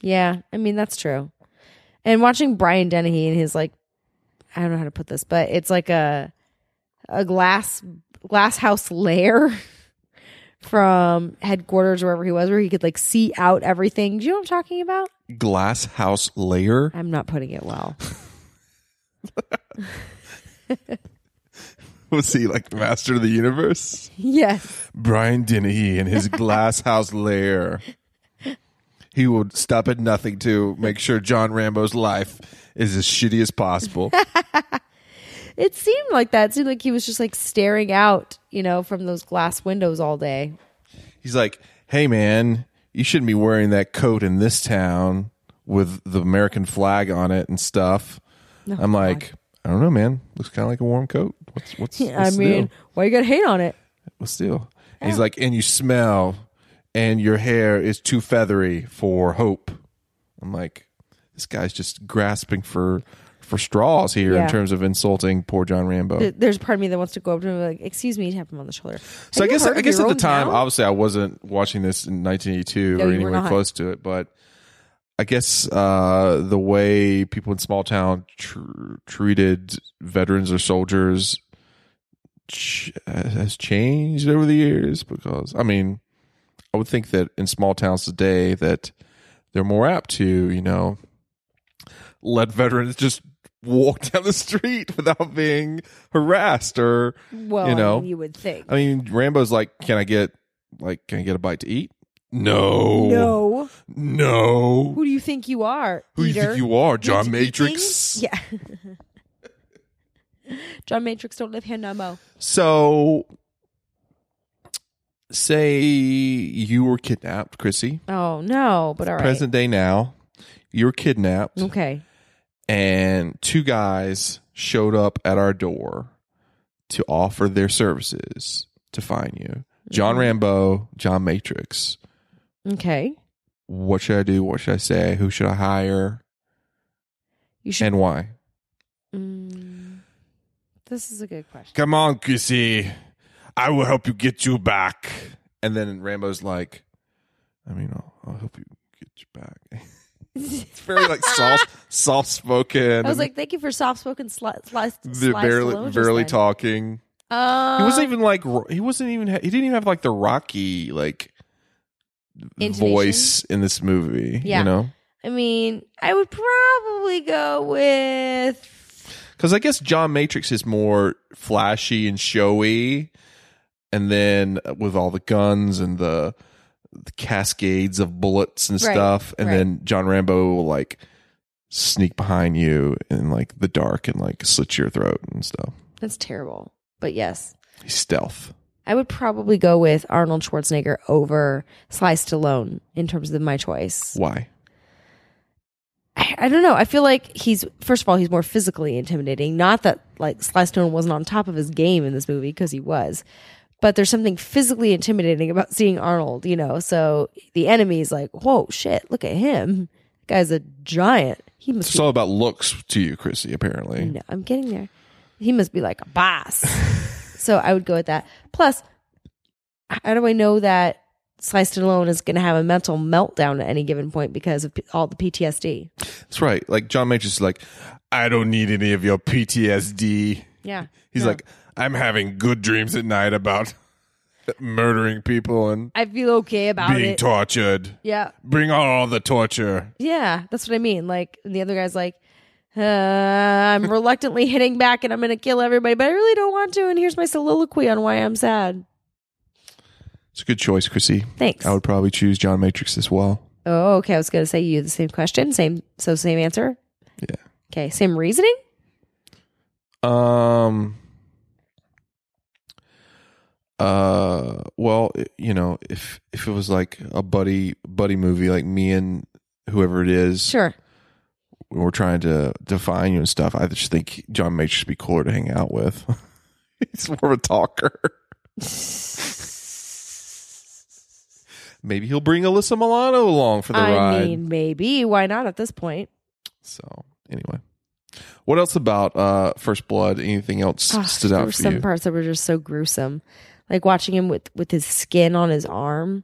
Yeah, I mean that's true. And watching Brian Dennehy and his like, I don't know how to put this, but it's like a a glass glass house lair (laughs) from headquarters or wherever he was, where he could like see out everything. Do you know what I'm talking about? Glass house layer. I'm not putting it (laughs) well. (laughs) Was he like the master of the universe? yes, Brian Dennehy in (laughs) his glass house lair. He would stop at nothing to make sure John Rambo's life is as shitty as possible. it seemed like that. It seemed like he was just like staring out, you know, from those glass windows all day. He's like, "Hey man, you shouldn't be wearing that coat in this town with the American flag on it and stuff." I'm like, "I don't know, man. Looks kind of like a warm coat. What's (laughs) what's, I what's the deal? mean, why you gotta hate on it? What's the deal?" And He's like, "And you smell and your hair is too feathery for hope." I'm like, "This guy's just grasping for for straws here Yeah. in terms of insulting poor John Rambo." Th- There's part of me that wants to go up to him and be like, "Excuse me," tap him on the shoulder. So I Have you guess heard I of guess your at the own time, town? obviously, I wasn't watching this in 1982 No, you or were anywhere not. close to it, but I guess uh, the way people in small town tr- treated veterans or soldiers ch- has changed over the years. Because I mean, I would think that in small towns today that they're more apt to you know let veterans just walk (laughs) down the street without being harassed or Well, you you, know. Uh, I mean, you would think. I mean, Rambo's like, can I get like, can I get a bite to eat? No, no. no. Who do you think you are? oh. Who do you eater? think you are, John Eating? Matrix? Yeah. (laughs) John Matrix don't live here no more. So, say you were kidnapped, Chrissy. Oh no, but all right. Present day now, you're kidnapped, Okay. and two guys showed up at our door to offer their services to find you. Mm-hmm. John Rambo, John Matrix. Okay. What should I do? What should I say? Who should I hire? You should. And why? Mm, this is a good question. Come on, Chrissy. I will help you get you back. And then Rambo's like, I mean, I'll, I'll help you get you back. (laughs) it's very like soft, soft spoken. I was like, thank you for soft spoken sli- slice. they're barely, barely talking. Uh, he wasn't even like, ro- he wasn't even, ha- he didn't even have like the Rocky like Intonation? voice in this movie, Yeah. you know? I mean, I would probably go with. Because I guess John Matrix is more flashy and showy, and then uh, with all the guns and the, the cascades of bullets and Right, stuff, and right. then John Rambo will like sneak behind you in like the dark and like slit your throat and stuff. That's terrible, but yes. He's stealth. I would probably go with Arnold Schwarzenegger over Sly Stallone in terms of my choice. Why? I, I don't know. I feel like he's first of all he's more physically intimidating. Not that like Sly Stone wasn't on top of his game in this movie because he was, but there's something physically intimidating about seeing Arnold. You know, so the enemy is like, whoa, shit, look at him. That guy's a giant. He must. It's Be, all about looks to you, Chrissy, apparently. no, I'm getting there. He must be like a (laughs) boss. so I would go with that. Plus, how do I know that? Sliced and alone is going to have a mental meltdown at any given point because of p- all the PTSD. That's right. Like John Majors is like, I don't need any of your PTSD. Yeah. He's No. like, I'm having good dreams at night about (laughs) murdering people and I feel okay about being it. tortured. yeah. Bring on all the torture. Yeah. That's what I mean. Like, and the other guy's like, uh, I'm reluctantly hitting back and I'm going to kill everybody, but I really don't want to. And here's my soliloquy on why I'm sad. It's a good choice, Chrissy. Thanks. I would probably choose John Matrix as well. Oh, okay. I was going to say you the same question. Same. So, same answer. Yeah. Okay. Same reasoning. Um. Uh. Well, i- you know, if if it was like a buddy buddy movie, like me and whoever it is, Sure. we're trying to define you and stuff. I just think John Matrix would be cooler to hang out with. (laughs) He's more of a talker. Maybe he'll bring Alyssa Milano along for the I ride. mean, maybe. Why not at this point? So anyway, what else about uh First Blood? Anything else Ah, stood there out were for some you? parts that were just so gruesome, like watching him with with his skin on his arm.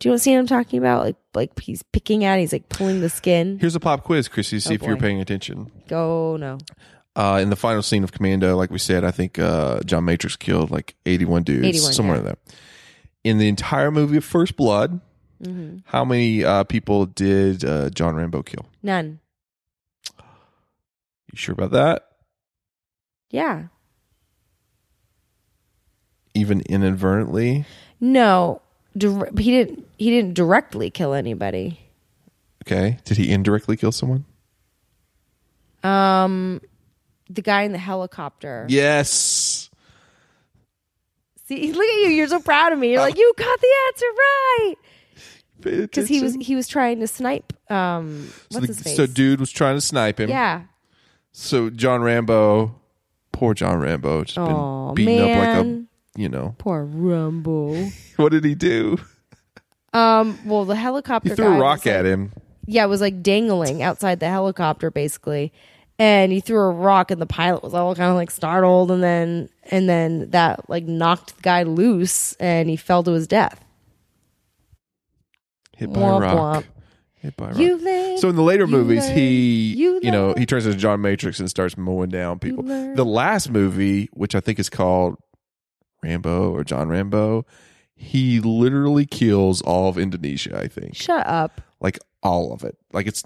Do you want to see what I'm talking about? Like like he's picking at, it, he's like pulling the skin. Here's a pop quiz, Chrissy. See Oh, if you're boy. paying attention. Go no. Uh, in the final scene of Commando, like we said, I think uh, John Matrix killed like 81 dudes, 81, somewhere yeah. in there. In the entire movie of First Blood, hmm how many uh, people did uh, John Rambo kill? None. You sure about that? Yeah. Even inadvertently, No. Dir- he didn't. He didn't directly kill anybody. okay. Did he indirectly kill someone? Um, the guy in the helicopter. Yes. See, look at you. You're so proud of me. Um, You're like you got the answer right because Because he was he was trying to snipe. Um, what's So, the- his face? so dude was trying to snipe him. yeah. So John Rambo, poor John Rambo, just Aw, been beaten up like man. a, you know, Poor Rumble. what did he do? Um. Well, the helicopter. He threw guy a rock was, like- at him. Yeah, it was like dangling outside the helicopter, basically. And he threw a rock, and the pilot was all kind of like startled, and then and then that like knocked the guy loose, and he fell to his death. Hit by Womp a womp. rock. Hit by a rock. You live. so in the later you movies, learn, he you you, know learn. he turns into John Matrix and starts mowing down people. learn. The last movie, which I think is called Rambo or John Rambo, he literally kills all of Indonesia. I think Shut up! like all of it. Like it's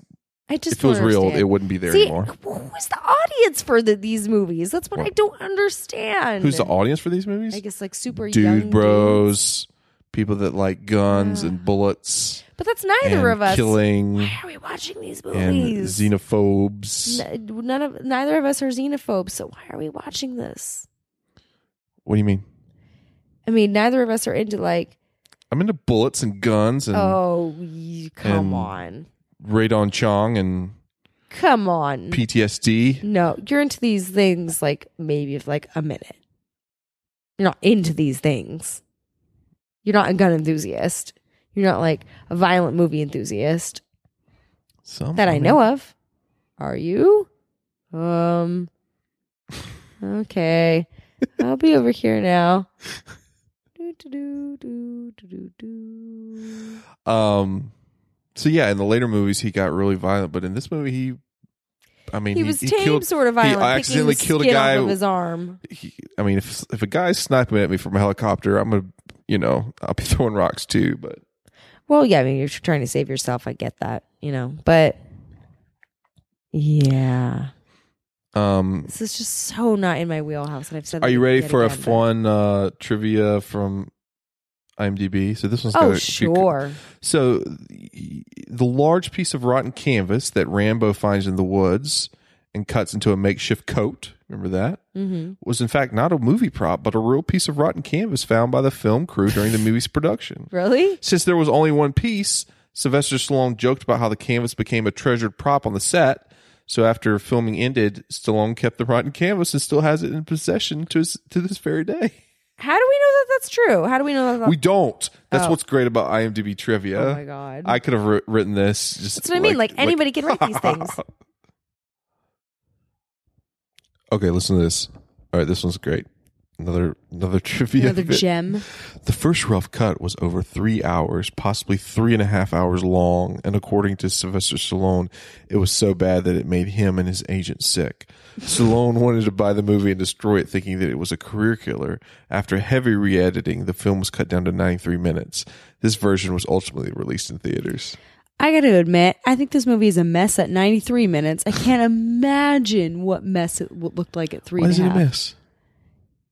I just it feels don't real. understand. It wouldn't be there See, anymore. who is the audience for the, these movies? That's what, What? I don't understand. Who's the audience for these movies? I guess like super young dude bros, dudes. people that like guns and bullets but that's Uh, neither and of us. killing Why are we watching these and movies? xenophobes. N- none of neither of us are xenophobes, so why are we watching this? What do you mean? I mean, neither of us are into like, I'm into bullets and guns and oh, you, come and- on, radon chong and come on. PTSD. no, you're into these things like maybe if like a minute. You're not into these things. You're not a gun enthusiast. You're not like a violent movie enthusiast Some that I know of. Are you? Um. Okay, I'll be over here now. Do, do, do, do, do, do, do. Um. So yeah, in the later movies he got really violent, but in this movie he, I mean, he was tame, killed. sort of violent. picking accidentally the killed a skin guy- off of his arm. He, I mean, if if a guy's sniping at me from a helicopter, I'm gonna, you know, I'll be (laughs) throwing rocks too. But Well, yeah, I mean, you're trying to save yourself. I get that, you know, but yeah, um, this is just so not in my wheelhouse. And I've said, Are that you ready yet for a again, but- fun uh, trivia from IMDb? So this one's got Oh, a few- sure. So the the large piece of rotten canvas that Rambo finds in the woods and cuts into a makeshift coat. Remember that Mm-hmm. was in fact not a movie prop, but a real piece of rotten canvas found by the film crew during the movie's production. Really? Since there was only one piece, Sylvester Stallone joked about how the canvas became a treasured prop on the set. So after filming ended, Stallone kept the rotten canvas and still has it in possession to his, to this very day. How do we know that that's true? How do we know that? We don't. That's Oh. what's great about IMDb trivia. oh my god! I could have wri- written this. Just that's what I mean. Like, anybody can write these (laughs) things. Okay, listen to this. All right, this one's great. Another another (laughs) trivia. Another bit. gem. The first rough cut was over three hours, possibly three and a half hours long, and according to Sylvester Stallone, it was so bad that it made him and his agent sick. Stallone (laughs) wanted to buy the movie and destroy it, thinking that it was a career killer. After heavy re editing, the film was cut down to 93 minutes. This version was ultimately released in theaters. I got to admit, I think this movie is a mess at 93 minutes. I (sighs) can't imagine what mess it w- looked like at three Why and is a it a half. mess?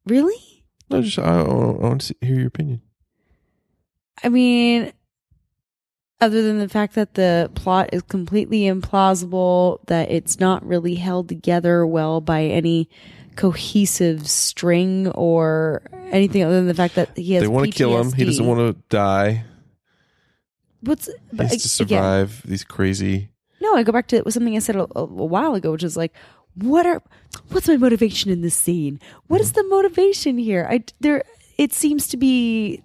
Really? No, just I, I want to hear your opinion. I mean, other than the fact that the plot is completely implausible, that it's not really held together well by any cohesive string or anything other than the fact that he has they want to kill him. He doesn't want to die. What's He but has to again, survive these crazy. No, I go back to it was something I said a, a, a while ago, which is like, what are, what's my motivation in this scene? What is the motivation here? I there, it seems to be,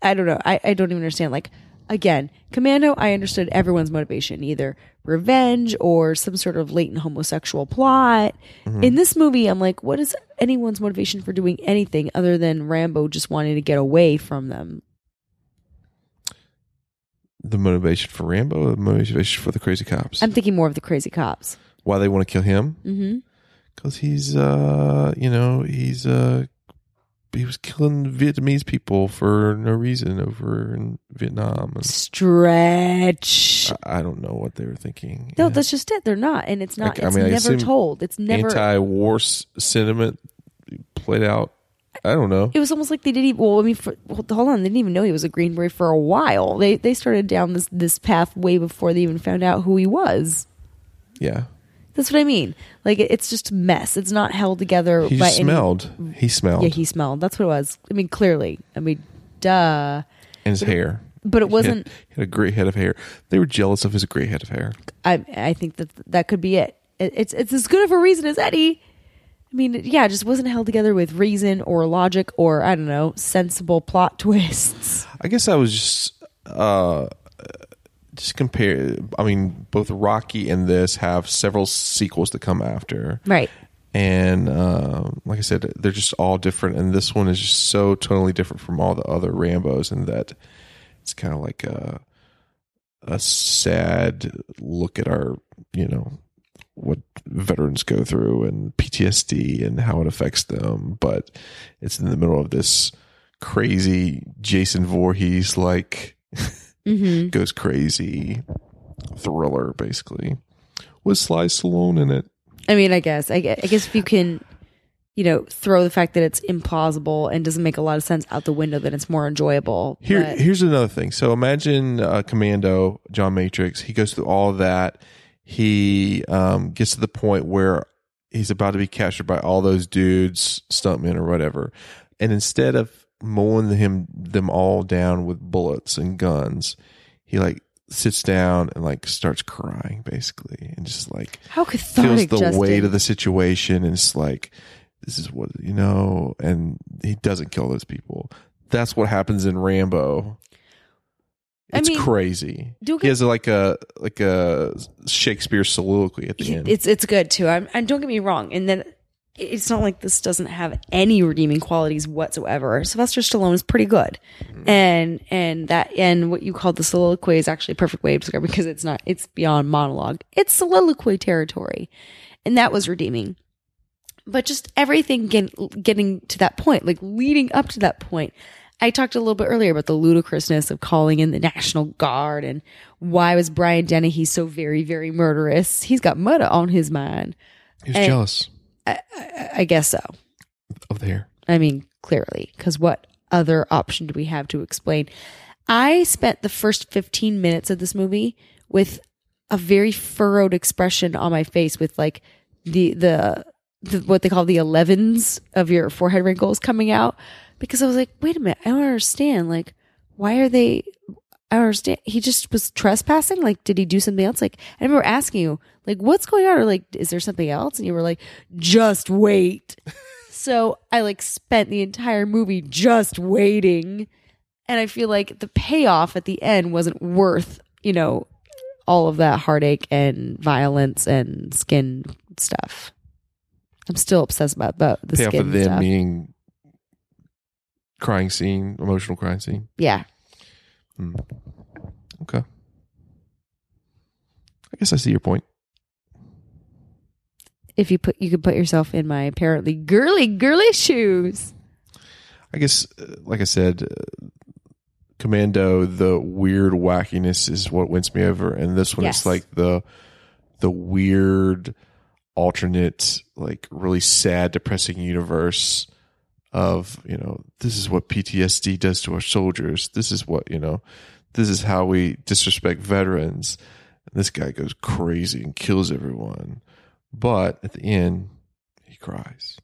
I don't know, I, I don't even understand. Like again, Commando, I understood everyone's motivation, either revenge or some sort of latent homosexual plot. In this movie, I'm like, what is anyone's motivation for doing anything other than Rambo just wanting to get away from them? The motivation for Rambo, or the motivation for the crazy cops. I'm thinking more of the crazy cops. Why they want to kill him? Mm-hmm. Because he's, uh, you know, he's, uh, he was killing Vietnamese people for no reason over in Vietnam. And Stretch. I, I don't know what they were thinking. No, Yeah. that's just it. They're not, and it's not. I- I it's mean, I never assume told. It's never. anti-war s- sentiment played out. I don't know. it was almost like they didn't. Even, well, I mean, for, hold hold on, they didn't even know he was a Green Beret for a while. They they started down this this path way before they even found out who he was. Yeah. That's what I mean. Like it, it's just a mess. It's not held together. He by just any- smelled. He smelled. Yeah, he smelled. That's what it was. I mean, clearly. I mean, duh. and his hair. But it He had- wasn't. He had a great head of hair. They were jealous of his great head of hair. I I think that that could be it. it it's it's as good of a reason as any. I mean, yeah, it just wasn't held together with reason or logic or I don't know sensible plot (laughs) twists. I guess I was just uh just compare I mean both Rocky and this have several sequels that come after. Right. And um, like I said, they're just all different, and this one is just so totally different from all the other Rambo's, in that it's kind of like a a sad look at our, you know, what veterans go through and PTSD and how it affects them. But it's in the middle of this crazy Jason Voorhees like Mm-hmm. goes crazy thriller, basically. With Sly Stallone in it. I mean, I guess. I, gue- I guess if you can, you know, throw the fact that it's implausible and doesn't make a lot of sense out the window, then it's more enjoyable. Here, But- here's another thing. So imagine uh, Commando, John Matrix. He goes through all that. He um, gets to the point where he's about to be captured by all those dudes, stuntmen or whatever. And instead of mowing him them all down with bullets and guns, he like sits down and like starts crying basically, and just like how cathartic feels the Justin. weight of the situation and it's like this is what you know and he doesn't kill those people that's what happens in rambo I it's mean, crazy do he get- has like a Uh, like a shakespeare soliloquy at the end it's it's good too. I'm, and don't get me wrong. And then it's not like this doesn't have any redeeming qualities whatsoever. Sylvester Stallone is pretty good, and and that and what you called the soliloquy is actually a perfect way to describe it because it's not it's beyond monologue. It's soliloquy territory, and that was redeeming. But just everything getting getting to that point, like leading up to that point. I talked a little bit earlier about the ludicrousness of calling in the National Guard and why was Brian Dennehy so very, very murderous? He's got murder on his mind. he was and- jealous I guess so. of the hair I mean, clearly, because what other option do we have to explain? I spent the first 15 minutes of this movie with a very furrowed expression on my face, with like the, the, the what they call the 11s of your forehead wrinkles coming out, because I was like, wait a minute, I don't understand. Like, why are they I don't understand. He just was trespassing. Like, did he do something else? Like, I remember asking you, like, what's going on? Or like, is there something else? And you were like, just (laughs) wait. so I like spent the entire movie just waiting. And I feel like the payoff at the end wasn't worth, you know, all of that heartache and violence and skin stuff. I'm still obsessed about the, the Payoff skin of them stuff. being crying scene, emotional crying scene. Yeah. Okay. I guess I see your point. If you put, you could put yourself in my apparently girly, girly shoes. I guess, uh, like I said, uh, Commando, the weird wackiness is what wins me over, and this one Yes. is like the the weird alternate, like really sad, depressing universe of you know this is what PTSD does to our soldiers. This is what you know. This is how we disrespect veterans. And this guy goes crazy and kills everyone, but at the end, he cries.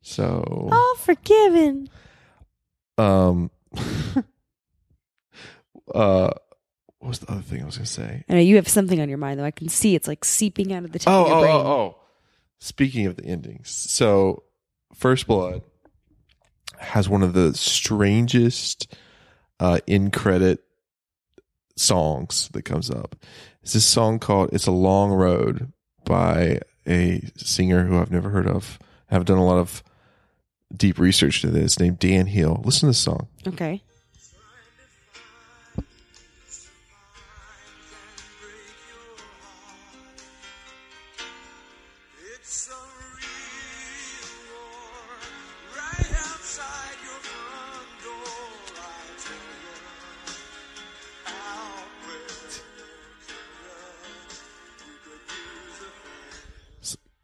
So All forgiven. um, uh, what was the other thing I was gonna say? I know you have something on your mind, though. I can see it's like seeping out of the top Oh, of your oh, brain. oh, oh. Speaking of the endings, so First Blood has one of the strangest uh, in credit songs that comes up. It's this song called "It's a Long Road" by a singer who I've never heard of. I have done a lot of deep research to this. Named Dan Hill. Listen to this song. Okay. It's a real war right outside your front door. I tell you, out with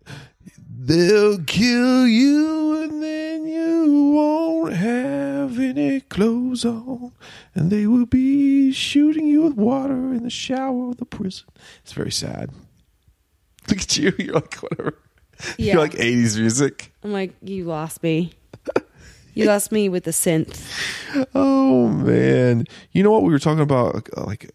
blood. We could use a They'll kill you and then you won't have any clothes on. And they will be shooting you with water in the shower of the prison. It's very sad. (laughs) Look at you. (laughs) You're like, whatever. Yeah. You're like eh. 80s music. I'm like, you lost (laughs) me. You lost me with the synth. Oh, man. You know what? We were talking about like, uh, like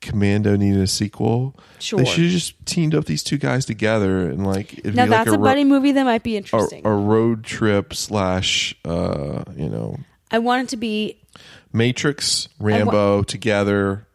Commando needed a sequel. Sure. They should have just teamed up these two guys together and like. It'd Now be that's like a buddy ro- movie that might be a, interesting. a road trip slash, uh, you know, I want it to be Matrix, Rambo together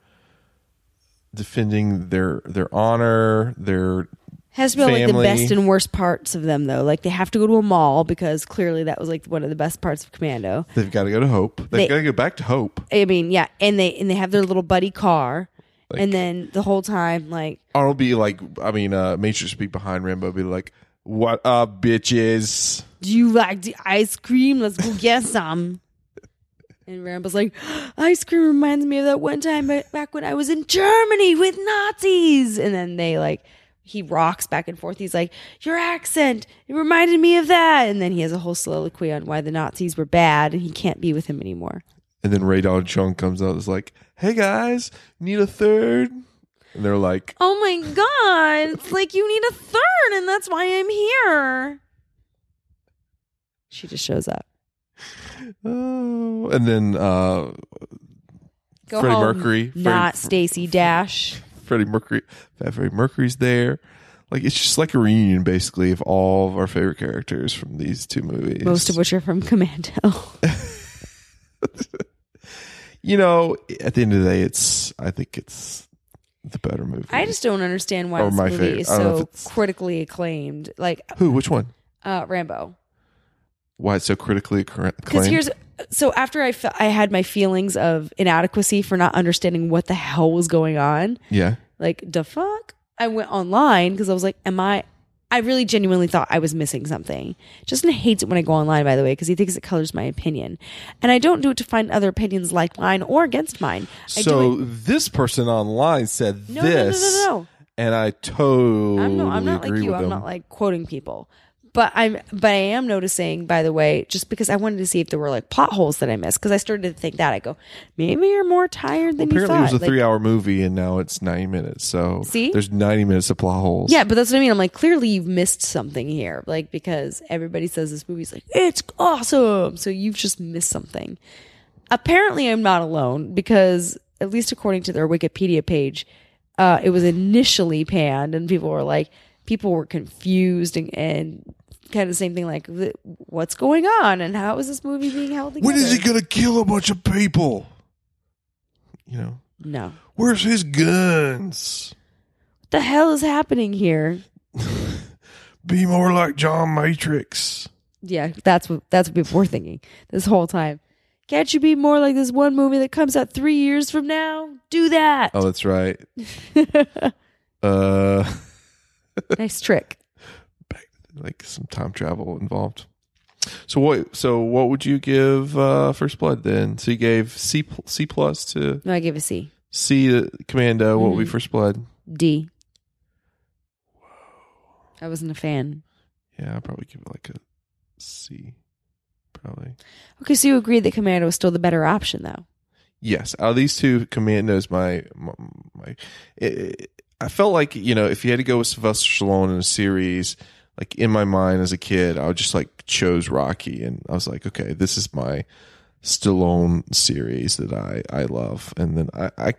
defending their their honor, their has to be like the Family. best and worst parts of them though. Like they have to go to a mall because clearly that was like one of the best parts of Commando. they've got to go to Hope. They've They- got to go back to Hope. I mean, yeah, and they and they have their little buddy car, Like- and then the whole time like Arnold be like I mean uh Matrix be behind Rambo be like what up bitches. do you like the ice cream? Let's go get some. And Rambo's like, ice cream reminds me of that one time ba- back when I was in Germany with Nazis. And then they like, he rocks back and forth. He's like, your accent, it reminded me of that. And then he has a whole soliloquy on why the Nazis were bad and he can't be with him anymore. And then Radon Chung comes out and is like, "Hey guys, need a third? And they're like, Oh my God. It's like you need a third, and that's why I'm here. She just shows up. "Oh." And then uh Go Freddie home. Mercury, Freddie- Not Stacy Dash. Freddie Mercury, Fat Freddie Mercury's there. Like it's just like a reunion, basically, of all of our favorite characters from these two movies. most of which are from (laughs) Commando. you know, at the end of the day, it's I think it's the better movie. I just don't understand why Or this my movie favorite. is I don't know if so it's- critically acclaimed. Like who, which one? uh, Rambo, Why it's so critically accra- because acclaimed? here's so after I fe- I had my feelings of inadequacy for not understanding what the hell was going on. yeah, Like the fuck, I went online because I was like, am I? I really genuinely thought I was missing something. Justin hates it when I go online, by the way, because he thinks it colors my opinion, and I don't do it to find other opinions like mine or against mine. I so do it, this person online said No, no, no, no, this, no. and I totally I'm no, I'm not like agree you. with I'm them. not like quoting people. But I'm, but I am noticing, by the way, just because I wanted to see if there were like potholes that I missed, because I started to think that I go, maybe you're more tired than Apparently, you it thought. was a Like, three-hour movie, and now it's ninety minutes. So See? there's ninety minutes of plot holes. yeah, but that's what I mean. I'm like, clearly you've missed something here, like because everybody says this movie's like it's awesome, so you've just missed something. apparently I'm not alone because, at least according to their Wikipedia page, uh, it was initially panned, and people were like, people were confused and, and kind of the same thing like, "Wh- what's going on and how is this movie being held together? When is he gonna kill a bunch of people? You know, no, what where's his guns? the hell is happening here? Be more like John Matrix. Yeah, that's what that's what people were thinking this whole time. Can't you be more like this one movie that comes out three years from now? Do that. Oh, that's right. (laughs) Oh. uh, (laughs) Nice trick. like some time travel involved. So what? So what would you give uh, First Blood then? So you gave C pl- C plus to No, I gave a C. C to Commando. What Mm-hmm. would be First Blood? D. I wasn't a fan. Yeah, I'd probably give it like a C. Probably. Okay, so you agreed that Commando was still the better option, though. Yes, out of these two, Commando's my my. my it, it- I felt like you know if you had to go with Sylvester Stallone in a series, like in my mind as a kid, I would just like chose Rocky, and I was like, okay, this is my Stallone series that I I love, and then I I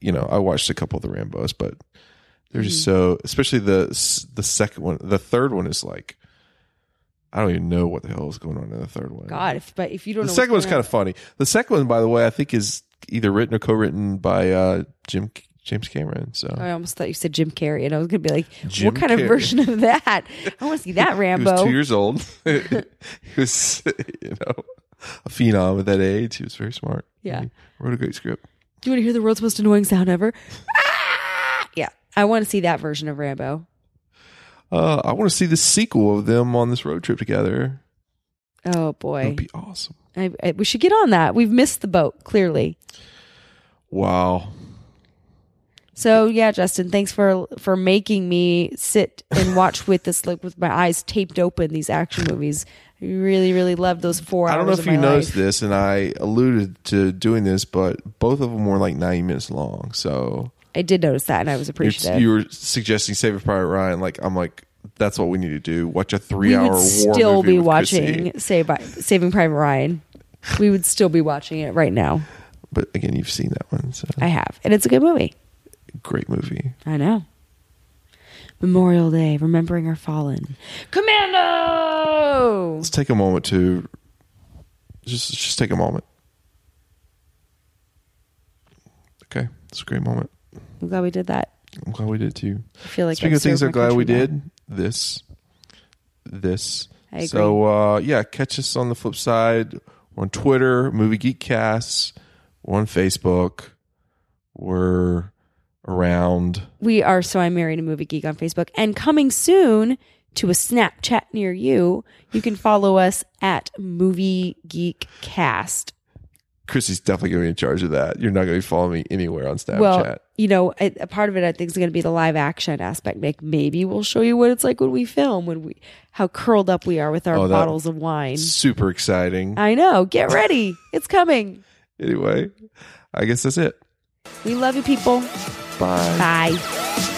you know I watched a couple of the Rambo's, but they're just so especially the s- the second one, the third one is like. I don't even know what the hell is going on in the third one. God, if but if you don't, The know second one's kind of funny. The second one, by the way, I think is either written or co-written by uh, Jim James (laughs) Cameron. So I almost thought you said Jim Carrey, and I was gonna be like, Jim what kind Carrey. of version of (laughs) that? I want to see that he Rambo. was two years old. he was, you know, a phenom at that age. He was very smart. Yeah. He wrote a great script. Do you want to hear the world's most annoying sound ever? (laughs) Ah! yeah, I want to see that version of Rambo. Uh, I want to see the sequel of them on this road trip together. Oh It boy, would be awesome. I, I, we should get on that. We've missed the boat clearly. (laughs) Wow. So yeah, Justin, thanks for for making me sit and watch with this like with my eyes taped open these action movies. I really, really love those four. I don't know hours if of you my noticed life. this, and I alluded to doing this, but both of them were like 90 minutes long. So I did notice that, and I was It's- appreciative. you were suggesting Saving Private Ryan. Like I'm like, that's what we need to do. Watch a three we hour would war still movie be with Chrissy. watching Save, Saving Private Ryan. We would still be watching it right now. But again, you've seen that one. So I have, and it's a good movie. great movie. I know. Memorial Day, remembering our fallen. Commando! Let's take a moment to just just take a moment. Okay, it's a great moment. I'm glad we did that. I'm glad we did too. I feel like Speaking I've of things, served I'm my glad we country now. did this. This. I agree. So uh, yeah, catch us on the flip side. We're on Twitter, Movie Geekcasts. We're on Facebook. We're around. We are So I Married a Movie Geek on Facebook. And coming soon to a Snapchat near you, you can follow us at Movie Geek Cast. Chrissy's definitely going to be in charge of that. You're not going to be following me anywhere on Snapchat. Well, you know, I, a part of it I think is going to be the live action aspect. Like maybe we'll show you what it's like when we film, when we how curled up we are with our Oh, that- bottles of wine. Super exciting. I know. Get ready. it's coming. anyway, I guess that's it. We love you people. Bye. Bye.